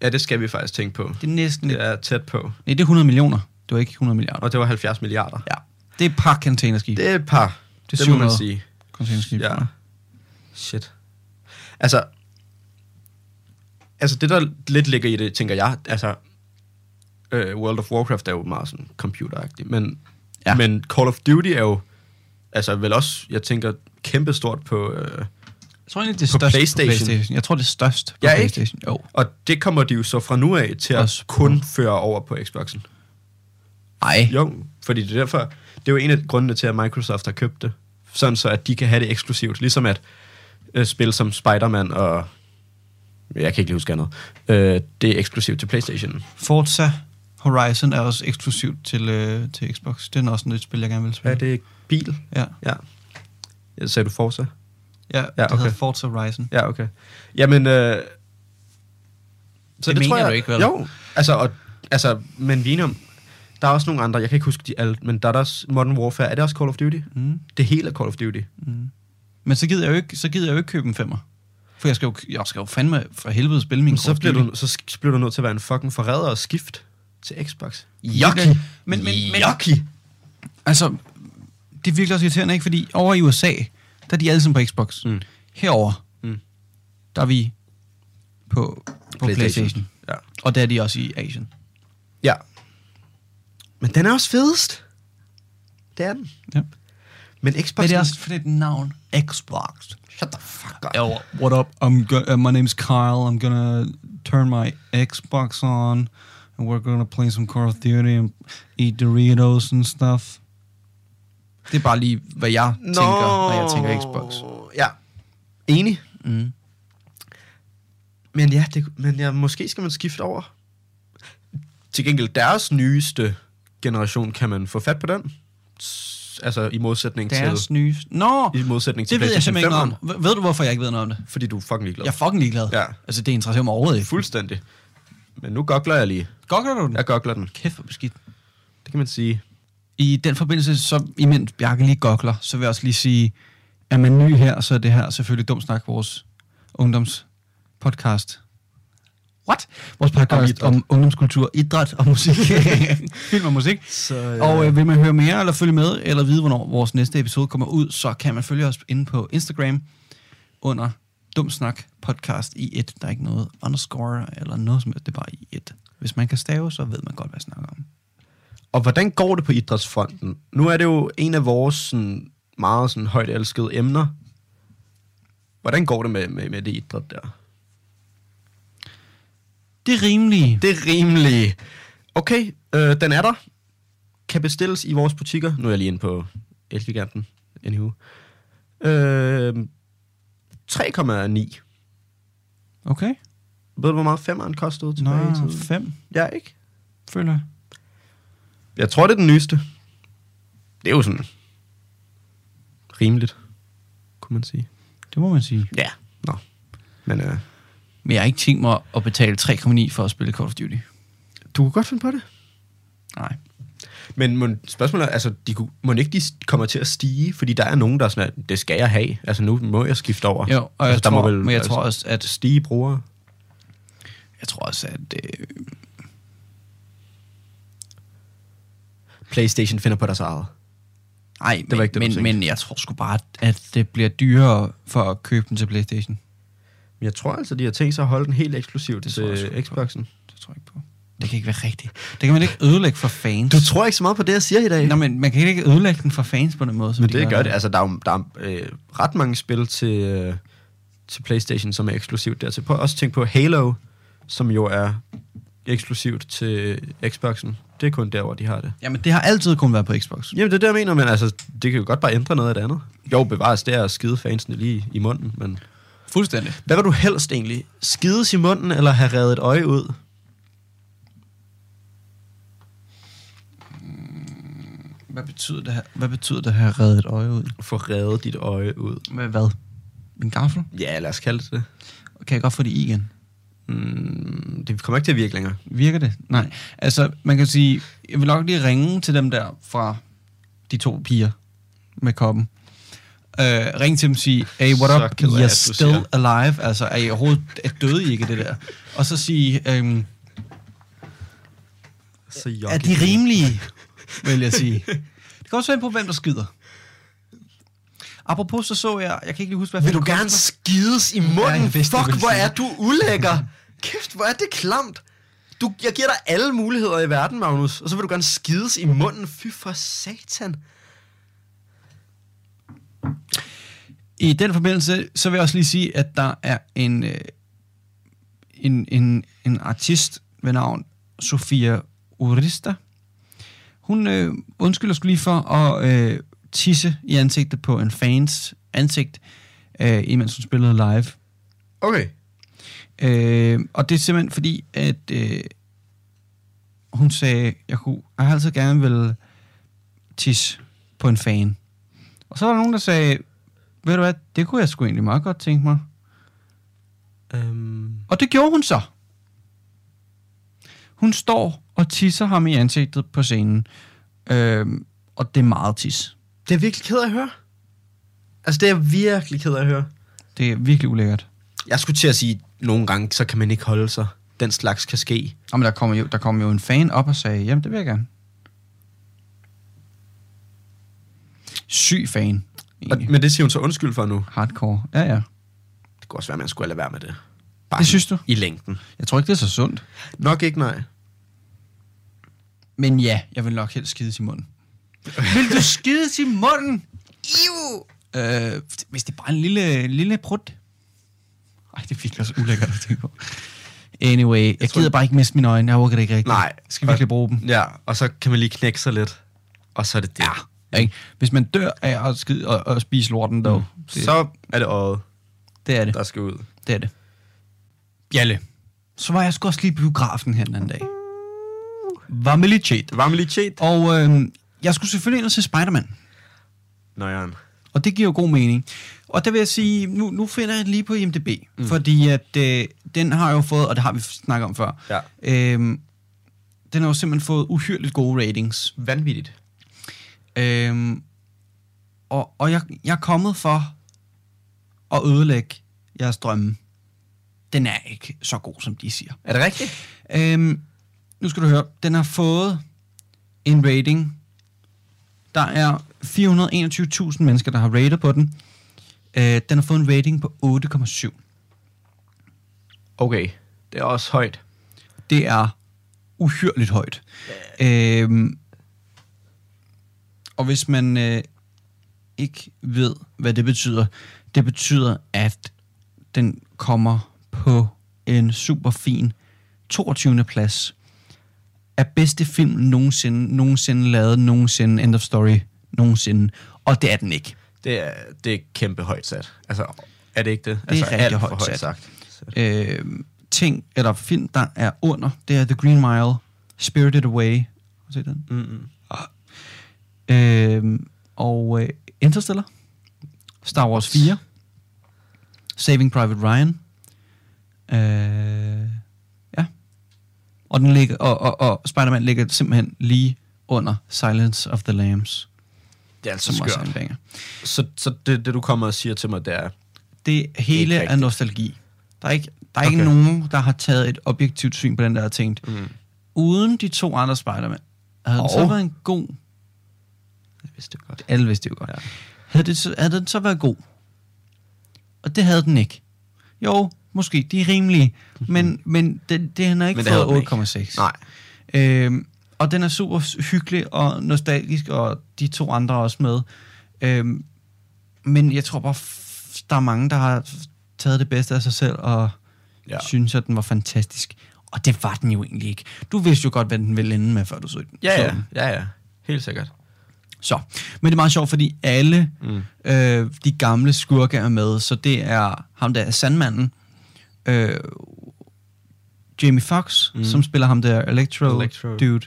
C: ja, det skal vi faktisk tænke på.
D: Det er næsten et,
C: Det er tæt på.
D: Nej, det er 100 millioner. Det var ikke 100 milliarder.
C: Og det var 70 milliarder.
D: Ja, det er et par containerskib.
C: Det er et par.
D: Det
C: Det,
D: er
C: det må man
D: 700.
C: sige.
D: containerskib.
C: Ja. Shit. Altså, altså det, der lidt ligger i det, tænker jeg, altså, øh, World of Warcraft er jo meget sådan computeragtigt, men,
D: Ja.
C: ja. men Call of Duty er jo, altså vel også, jeg tænker, kæmpestort på, øh,
D: Jeg tror egentlig, det er
C: På
D: størst
C: PlayStation.
D: på PlayStation. Jeg tror, det er størst på
C: Ja, ikke?
D: PlayStation. Jo.
C: og det kommer de jo så fra nu af til at
D: Også på-
C: kun føre over på Xboxen.
D: Ej.
C: Jo, fordi det er derfor, det er jo en af grundene til, at Microsoft har købt det. Sådan så, at de kan have det eksklusivt. Ligesom at øh, spil som Spider-Man og... Jeg kan ikke lige huske andet. Øh, det er eksklusivt til Playstation.
D: Forza Horizon er også eksklusivt til, øh, til Xbox. Det er også et spil, jeg gerne vil spille.
C: Ja, det er bil.
D: Ja,
C: Ja. ja sagde du Forza?
D: ja, ja det
C: okay.
D: hedder Forza Horizon.
C: Ja, okay. Jamen, øh, så det,
D: Det mener du ikke, vel?
C: Jo, altså, og, altså men Vinum, der er også nogle andre, jeg kan ikke huske de alle, men der er der også Modern Warfare, er det også Call of Duty?
D: Mm.
C: Det hele er Call of Duty.
D: Men så gider jeg jo ikke, så gider jeg jo ikke købe en femmer. For jeg skal jo, jeg skal jo fandme for helvede spille min
C: Men så
D: Call of
C: bliver,
D: Duty.
C: du, så sk- bliver du nødt til at være en fucking forræder og skift til Xbox.
D: Yucky. Men, men, men,
C: Yucky.
D: altså, det er virkelig også irriterende, ikke? Fordi over i USA, der er de alle sammen på Xbox.
C: Mm.
D: Herover,
C: Mm.
D: der er vi på, på PlayStation. PlayStation.
C: Ja.
D: Og der er de også i Asien.
C: ja. Men den er også fedest. Det er den.
D: Ja.
C: Men Xbox...
D: Men det er også fordi det er et navn. Xbox.
C: Shut the fuck up.
D: Yo, what up? I'm go- uh, my name's Kyle. I'm gonna turn my Xbox on, and we're gonna play some Call of Duty and eat Doritos and stuff. Det er bare lige, hvad jeg no. tænker, når jeg tænker Xbox.
C: Ja. Enig.
D: Mm.
C: Men ja, det, men ja, måske skal man skifte over. Til gengæld, deres nyeste generation, kan man få fat på den? S- Altså i modsætning
D: Deres
C: til...
D: nye... Nå,
C: I modsætning til
D: det ved jeg
C: PlayStation
D: simpelthen ikke
C: 5'eren.
D: noget om. Ved- Ved du, hvorfor jeg ikke ved noget om det?
C: Fordi du er fucking ligeglad.
D: Jeg er fucking ligeglad.
C: Ja.
D: Altså, det interesserer mig overhovedet ikke.
C: Fuldstændig. Men nu gokler jeg lige.
D: Gokker du den?
C: Jeg gokler den.
D: Kæft, hvor beskidt.
C: Det kan man sige.
D: I den forbindelse, så imens Bjarke lige gokler, så vil jeg også lige sige, er man ny her, så er det her selvfølgelig Dum Snak, vores ungdomspodcast. What? Vores podcast om, om ungdomskultur, idræt og musik. Film og musik.
C: Så, øh,
D: Og øh, vil man høre mere, eller følge med, eller vide, hvornår vores næste episode kommer ud, så kan man følge os inde på Instagram under Dumsnak Podcast i et. Der er ikke noget underscore eller noget som helst, det er bare i et. Hvis man kan stave, så ved man godt, hvad jeg snakker om.
C: og hvordan går det på idrætsfronten? Nu er det jo en af vores sådan, meget sådan, højt elskede emner. Hvordan går det med, med, med det idræt der?
D: Det er rimeligt.
C: Det er rimeligt. Okay, øh, den er der. Kan bestilles i vores butikker. Nu er jeg lige inde på Elgiganten. Anywho. Øh, 3,9.
D: Okay.
C: Ved du, hvor meget femmeren kostede
D: Nå,
C: tilbage i tiden?
D: fem,
C: Ja, ikke?
D: føler jeg.
C: Jeg tror, det er den nyeste. Det er jo sådan rimeligt, kunne man sige.
D: Det må man sige.
C: Ja. Nå. Men øh,
D: Men jeg har ikke tænkt mig at betale 3,9 for at spille Call of Duty.
C: du kunne godt finde på det.
D: Nej.
C: Men mon, spørgsmålet er, altså, de kunne, må ikke de kommer til at stige? Fordi der er nogen, der er sådan, at det skal jeg have. Altså, nu må jeg skifte over.
D: Jo, og jeg
C: altså,
D: tror, men jeg tror også, at-
C: Stige brugere.
D: Jeg tror også, at... Øh,
C: Playstation finder på deres eget.
D: ej, det
C: var ikke det, du
D: men,
C: tænkte.
D: men jeg tror sgu bare, at det bliver dyrere for at købe den til Playstation.
C: Men jeg tror altså, de har tænkt sig at holde den helt eksklusivt
D: Det tror jeg sgu
C: til
D: ikke på.
C: Xboxen.
D: Det tror jeg ikke på. Det kan ikke være rigtigt. Det kan man ikke ødelægge for fans.
C: Du tror ikke så meget på det, jeg siger i dag.
D: Nå, men man kan ikke ødelægge den for fans på den måde, som
C: Men
D: de
C: det gør det. Altså, der er, jo- der er øh, ret mange spil til, øh, til PlayStation, som er eksklusivt dertil. Prøv også at tænke på Halo, som jo er eksklusivt til Xboxen. Det er kun der, hvor de har det.
D: Jamen, det har altid kun været på Xbox.
C: Jamen, det er det, jeg mener, men altså, det kan jo godt bare ændre noget af det andet. Jo, bevares det er at skide fansene lige i munden, men...
D: Fuldstændig.
C: Hvad vil du helst egentlig? Skides i munden, eller have reddet et øje ud?
D: Hvad betyder det her? Hvad betyder det her reddet et øje ud?
C: Få reddet dit øje ud.
D: Med hvad? En gaffel?
C: Ja, lad os kalde det det.
D: Kan jeg godt få det i igen?
C: Mm, det kommer ikke til at virke længere.
D: Virker det?
C: Mm.
D: Nej. Altså, man kan sige, jeg vil nok lige ringe til dem der fra de to piger med koppen. Øh, ring til dem og sige, hey, what
C: Så
D: up,
C: ked af,
D: you're
C: at du
D: still
C: siger.
D: alive. Altså, er I overhovedet er døde I ikke det der? Og så sige, øhm,
C: Så
D: er de rimelige, vil jeg sige. Det kan også være på, hvem der skider. Apropos, så så jeg, jeg kan ikke lige huske, hvad
C: Vil du
D: filmen
C: gerne
D: koster.
C: skides i munden? Ja,
D: jeg vidste, du
C: Fuck,
D: ville
C: hvor
D: sige
C: er
D: det.
C: du ulækker. Kæft, hvor er det klamt. Du, jeg giver dig alle muligheder i verden, Magnus. Og så vil du gerne skides i munden. Fy for satan.
D: I den forbindelse, så vil jeg også lige sige, at der er en, øh, en, en, en artist ved navn Sofia Urista. Hun øh, undskylder skulle lige for at øh, tisse i ansigtet på en fans ansigt, øh, imens hun spillede live.
C: Okay.
D: Øh, og det er simpelthen fordi, at øh, hun sagde, jeg, kunne, jeg har altid gerne vil tisse på en fan. Og så var der nogen, der sagde, ved du hvad, det kunne jeg sgu egentlig meget godt tænke mig.
C: Um,
D: Og det gjorde hun så. Hun står og tisser ham i ansigtet på scenen. Øh, og det er meget tis.
C: det er jeg virkelig ked af at høre. Altså, det er jeg virkelig ked af at høre.
D: Det er virkelig ulækkert.
C: Jeg skulle til at sige, at nogle gange, så kan man ikke holde sig. Den slags kan ske.
D: Og men der kom, jo, der kom jo en fan op og sagde, jamen det vil jeg gerne. Syg fan.
C: Og,
D: egentlig.
C: men det siger hun så undskyld for nu.
D: Hardcore. Ja, ja.
C: Det kunne også være, at man skulle lade være med det. Bare
D: Det synes du?
C: I længden.
D: Jeg tror ikke, det er så sundt.
C: Nok ikke, nej.
D: Men ja, jeg vil nok helst skide i munden. vil du skide i munden? Iu! Øh, hvis det er bare en lille, lille prut. Ej, det fik også ulækkert at tænke på. Anyway, jeg, jeg
C: tror-
D: gider bare ikke miste mine øjne. Jeg overgår det ikke rigtigt.
C: Nej.
D: Jeg skal virkelig bruge dem.
C: Ja, og så kan man lige knække sig lidt. Og så er det det. Ja.
D: Ikke? Hvis man dør af at skide og, og spise lorten, dog, mm. det,
C: Så er det øjet,
D: det er det.
C: der skal ud.
D: Det er det. Bjalle. Så var jeg sgu også lige i biografen her den anden dag. Var med lidt shit.
C: Varmelitet.
D: Og øh, jeg skulle selvfølgelig ind og se Spider-Man.
C: Nøjeren.
D: Og det giver jo god mening. Og der vil jeg sige, nu, nu finder jeg den lige på IMDb. Mm. Fordi at øh, den har jeg jo fået, og det har vi snakket om før.
C: Ja.
D: Øh, den har jo simpelthen fået uhyrligt gode ratings.
C: Vanvittigt.
D: Øhm, og og jeg, jeg er kommet for at ødelægge jeres drømme. Den er ikke så god, som de siger.
C: Er det rigtigt?
D: Øhm, nu skal du høre. Den har fået en rating. Der er 421.000 mennesker, der har rated på den. Øh, den har fået en rating på 8,7.
C: Okay. Det er også højt.
D: Det er uhyrligt højt. Øhm, og hvis man øh, ikke ved, hvad det betyder, det betyder, at den kommer på en super fin 22. plads af bedste film nogensinde, nogensinde lavet, nogensinde, end of story, nogensinde. Og det er den ikke.
C: Det er, det er kæmpe højt sat. Altså, er det ikke det? Det altså,
D: rigtig
C: alt for
D: højt
C: højt
D: sat.
C: sagt. Så-
D: øh, ting, eller film, der er under, det er The Green Mile, Spirited Away. Har du set den? Ah.
C: Mm-mm.
D: Øh, og øh, Interstellar, Star Wars 4, Saving Private Ryan. Øh, ja. Og, den ligger, og, og, og Spider-Man ligger simpelthen lige under Silence of the Lambs,
C: Det er altså
D: som også er en
C: skørt.
D: banger.
C: Så, så det, det, du kommer og siger til mig, det er...
D: Det hele
C: Ikke
D: er
C: rigtigt.
D: nostalgi. Der er, ikke, der er okay.
C: Okay.
D: ikke nogen, der har taget et objektivt syn på den, der har tænkt,
C: Mm.
D: uden de to andre Spider-Man, havde den så
C: Og-
D: været en god...
C: Jeg vidste det godt.
D: Alle vidste det jo godt.
C: Ja.
D: Ja. Havde, det så, havde den så været god? Og det havde den ikke. Jo, måske. De er rimelige. Men, men det, det, han har ikke
C: Mhm. Men det havde den ikke.
D: fået 8,6.
C: Nej.
D: Øhm, og den er super hyggelig og nostalgisk, og de to andre er også med. Øhm, men jeg tror bare, f- der er mange, der har taget det bedste af sig selv, og
C: Ja.
D: ja. synes, at den var fantastisk. Og det var den jo egentlig ikke. Du vidste jo godt, hvad den ville ende med, før du så den.
C: Ja,
D: så
C: ja.
D: den.
C: Ja, ja. Helt sikkert.
D: Så. Men det er meget sjovt, fordi alle mm. øh, de gamle skurke er med. Så det er ham der er sandmanden. Øh, Jamie Fox, mm. som spiller ham der Electro,
C: Electro.
D: Electro. dude.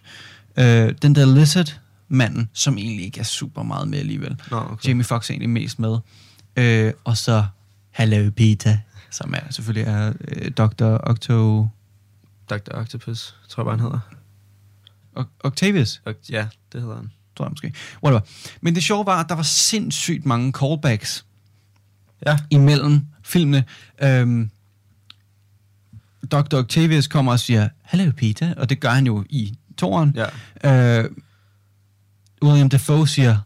D: Øh, den der Lizard manden, som egentlig ikke er super meget med alligevel.
C: Nå, okay.
D: Jamie Fox er egentlig mest med. Øh, og så Hello Peter, som er selvfølgelig er øh, Dr. Octo...
C: Dr. Octopus, tror jeg bare, han hedder.
D: Oc- Octavius?
C: Og, ja, det hedder han.
D: tror jeg måske. Whatever. Men det sjove var, at der var sindssygt mange callbacks
C: Ja.
D: imellem filmene. Øhm, Dr. Octavius kommer og siger, Hello Peter, og det gør han jo i toren.
C: Ja.
D: Øh, William Dafoe siger,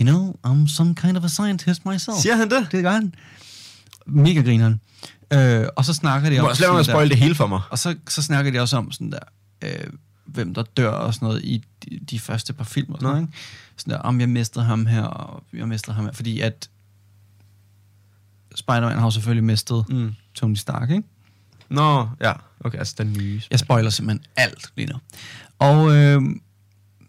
E: You know, I'm some kind of a scientist myself.
C: Siger han det?
E: Det gør han. Mega grineren.
D: Øh, og så snakker de
C: Du må
D: om...
C: også lave mig at
D: sådan der-
C: spoil det hele for mig.
D: Og så, så snakker de også om sådan der, øh, hvem der dør og sådan noget i de, de første par film og sådan noget, ikke? Sådan der, om jeg mistede ham her, og jeg mistede ham her. Fordi at Spider-Man har jo selvfølgelig mistet mm. Tony Stark, ikke?
C: Nå, ja. Okay, altså den nye.
D: Jeg spoiler simpelthen alt lige nu. Og øh,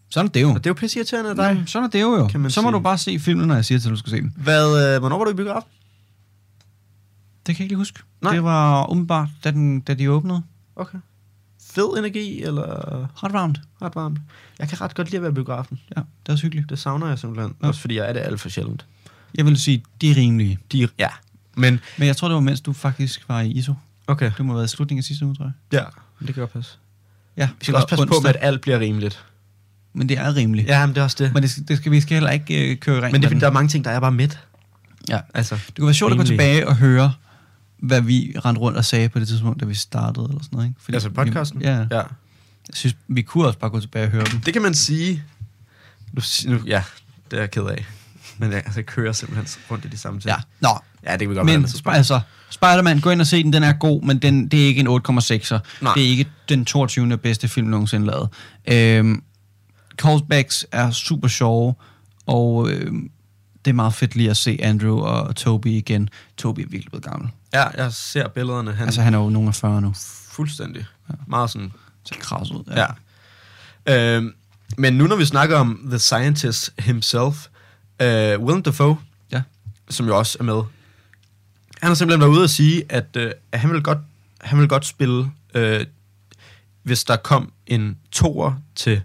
D: sådan er det jo.
C: Og det er jo pisse irriterende af dig.
D: Nej, sådan er det jo
C: Kan
D: jo.
C: man
D: Så må
C: sige.
D: du bare se filmen, når jeg siger til, at du skal se den.
C: Hvad, øh, hvornår var du i biografen?
D: Det kan jeg ikke lige huske.
C: Nej.
D: Det var umiddelbart, da, den, da de åbnede.
C: Okay. Fed energi, eller
D: Hot varmt.
C: ret varmt? Jeg kan ret godt lide at være i biografen.
D: Ja, det var også hyggeligt.
C: Det savner jeg simpelthen. Ja.
D: Ja.
C: Også fordi jeg er det alt for sjældent.
D: Jeg vil sige, de er rimelige.
C: De, ja. Men,
D: Men jeg tror, det var mens du faktisk var i ISO.
C: okay.
D: Det må have været slutningen af sidste uge, tror jeg.
C: Ja, det kan godt passe.
D: Ja,
C: Vi skal også passe onsdag. på med,
D: med
C: at alt bliver rimeligt.
D: Men det er rimeligt. Ja.
C: Ja, men det er også det. Men,
D: Men det skal, det skal, vi skal heller ikke øh, køre rent
C: men det er,
D: med
C: fordi,
D: den.
C: der er mange ting, der er bare midt.
D: Ja.
C: Altså,
D: Det kunne være sjovt at gå
C: Rimeligt.
D: tilbage og høre, hvad vi rendte rundt og sagde på det tidspunkt, da vi startede eller sådan noget. Ikke? Fordi,
C: altså podcasten.
D: Vi, ja, ja.
C: ja.
D: Jeg synes, vi kunne også bare gå tilbage og høre dem.
C: Det kan man sige. Nu, si- nu, ja, det er jeg ked af. Men jeg, altså, jeg kører simpelthen rundt i de samme ting.
D: Ja, nå.
C: ja det kan vi godt
D: Men
C: være.
D: sp- altså, Spider-Man, gå ind og se den, den er god, men den, det er ikke en 8,6'er.
C: Nej.
D: Det er ikke den 22. bedste film nogensinde lavet. Øhm, callbacks er super sjove, og øhm, det er meget fedt lige at se Andrew og Toby igen. Toby er virkelig blevet gammel.
C: Ja, jeg ser billederne. Han
D: Altså,
C: altså,
D: han er jo nogen af 40 nu.
C: fuldstændig. Ja. Meget sådan
D: Så kras ud.
C: Ja. Øhm, men nu når vi snakker om The Scientist himself, øh, Willem Dafoe,
D: Ja.
C: som jo også er med, han har simpelthen været ude og sige, at, øh, at han vil godt, han vil godt spille, øh, hvis der kom en toer til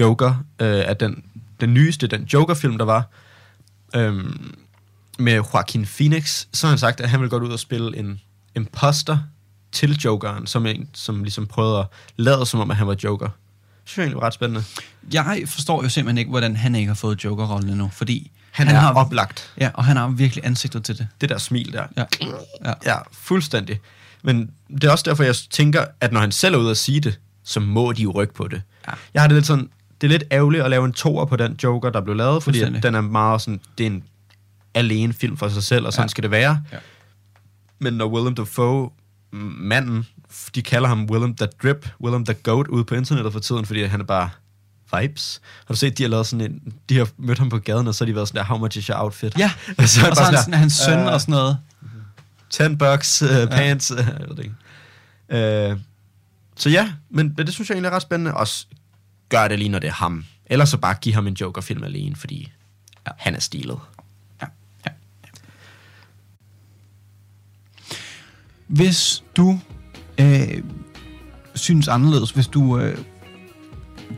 C: Joker, øh, at den, den nyeste, den Joker-film, der var, øh, med Joaquin Phoenix, så har han sagt, at han vil godt ud og spille en imposter til Jokeren, som, en, som ligesom prøvede at lade som om, at han var Joker. Det synes jeg egentlig var ret spændende.
D: Jeg forstår jo simpelthen ikke, hvordan han ikke har fået Joker-rollen endnu, fordi
C: Han, han er har... oplagt.
D: Ja, og han har virkelig ansigtet til det.
C: Det der smil der.
D: Ja. ja.
C: Ja, fuldstændig. Men det er også derfor, jeg tænker, at når han selv er ude at sige det, så må de jo rykke på det.
D: Ja.
C: Jeg har det lidt sådan, det er lidt ærgerligt at lave en toer på den Joker, der blev lavet, fordi at
D: Fuldstændig.
C: den er meget sådan, det er en alene film for sig selv, og sådan ja.
D: Ja.
C: skal det være.
D: Ja.
C: Men når Willem Dafoe, m- manden, f- de kalder ham Willem the Drip, Willem the Goat ude på internettet for tiden, fordi han er bare vibes. Har du set, de har lavet sådan en, de har mødt ham på gaden, og så har de været sådan der, how much is your outfit?
D: Ja,
C: og så er han
D: og så
C: bare
D: hans,
C: sådan der,
D: hans søn
C: "Øh,
D: og sådan noget.
C: 10 bucks, uh, pants, uh, jeg ved det ikke. Uh, så ja, men men det synes jeg egentlig er ret spændende. Også gør det lige, når det er ham. Ellers så bare give ham en Joker-film alene, fordi ja. han er stilet.
D: Hvis du øh, synes anderledes, hvis du øh,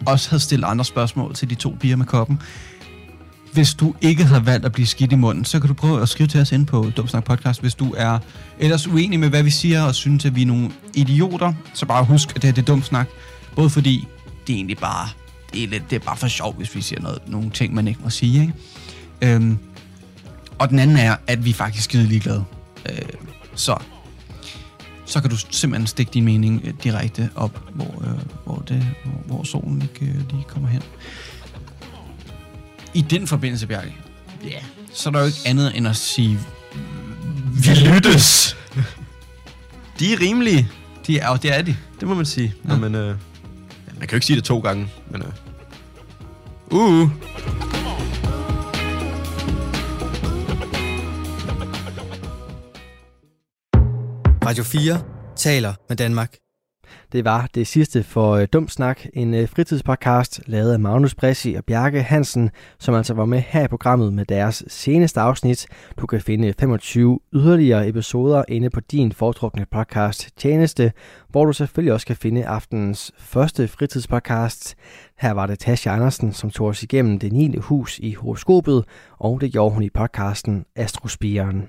D: også havde stillet andre spørgsmål til de to piger med koppen, hvis du ikke havde valgt at blive skidt i munden, så kan du prøve at skrive til os ind på Dumsnak Podcast, hvis du er ellers uenig med, hvad vi siger, og synes, at vi er nogle idioter, så bare husk, at det her det er Dumsnak, både fordi det er egentlig bare, det er, lidt, det er bare for sjov, hvis vi siger noget, nogle ting, man ikke må sige, ikke? Øhm, og den anden er, at vi er faktisk skide ligeglade. Øh, så så kan du simpelthen stikke din mening øh, direkte op, hvor, øh, hvor, det, hvor, hvor solen ikke øh, lige kommer hen. I den forbindelse, Bjarke,
C: Ja.
D: så er der jo ikke andet end at sige,
C: Vi lyttes! de er rimelige,
D: de er, og det er de.
C: det må man sige. Ja. Nå, men, uh, man kan jo ikke sige det to gange, men... øh. Uh, uh.
A: Radio 4 taler med Danmark.
B: Det var det sidste for øh, Dum Snak, en øh, fritidspodcast lavet af Magnus Bressi og Bjarke Hansen, som altså var med her i programmet med deres seneste afsnit. Du kan finde 25 yderligere episoder inde på din foretrukne podcast Tjeneste, hvor du selvfølgelig også kan finde aftenens første fritidspodcast. Her var det Tasha Andersen, som tog os igennem det 9. hus i horoskopet, og det gjorde hun i podcasten Astrospiren.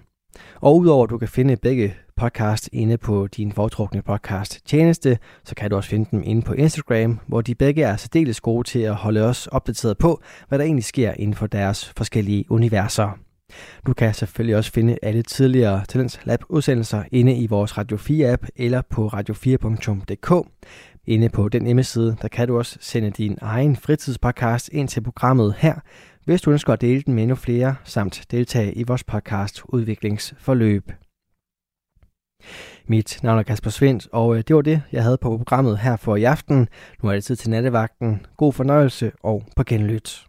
B: Og udover at du kan finde begge podcast inde på din foretrukne podcast tjeneste, så kan du også finde dem inde på Instagram, hvor de begge er særdeles gode til at holde os opdateret på, hvad der egentlig sker inden for deres forskellige universer. Du kan selvfølgelig også finde alle tidligere Talents Lab udsendelser inde i vores Radio 4 app eller på radio4.dk. Inde på den hjemmeside, der kan du også sende din egen fritidspodcast ind til programmet her, hvis du ønsker at dele den med endnu flere, samt deltage i vores podcast Udviklingsforløb. Mit navn er Kasper Svendt, og øh, det var det, jeg havde på programmet her for i aften. Nu er det tid til nattevagten. God fornøjelse og på genlyt.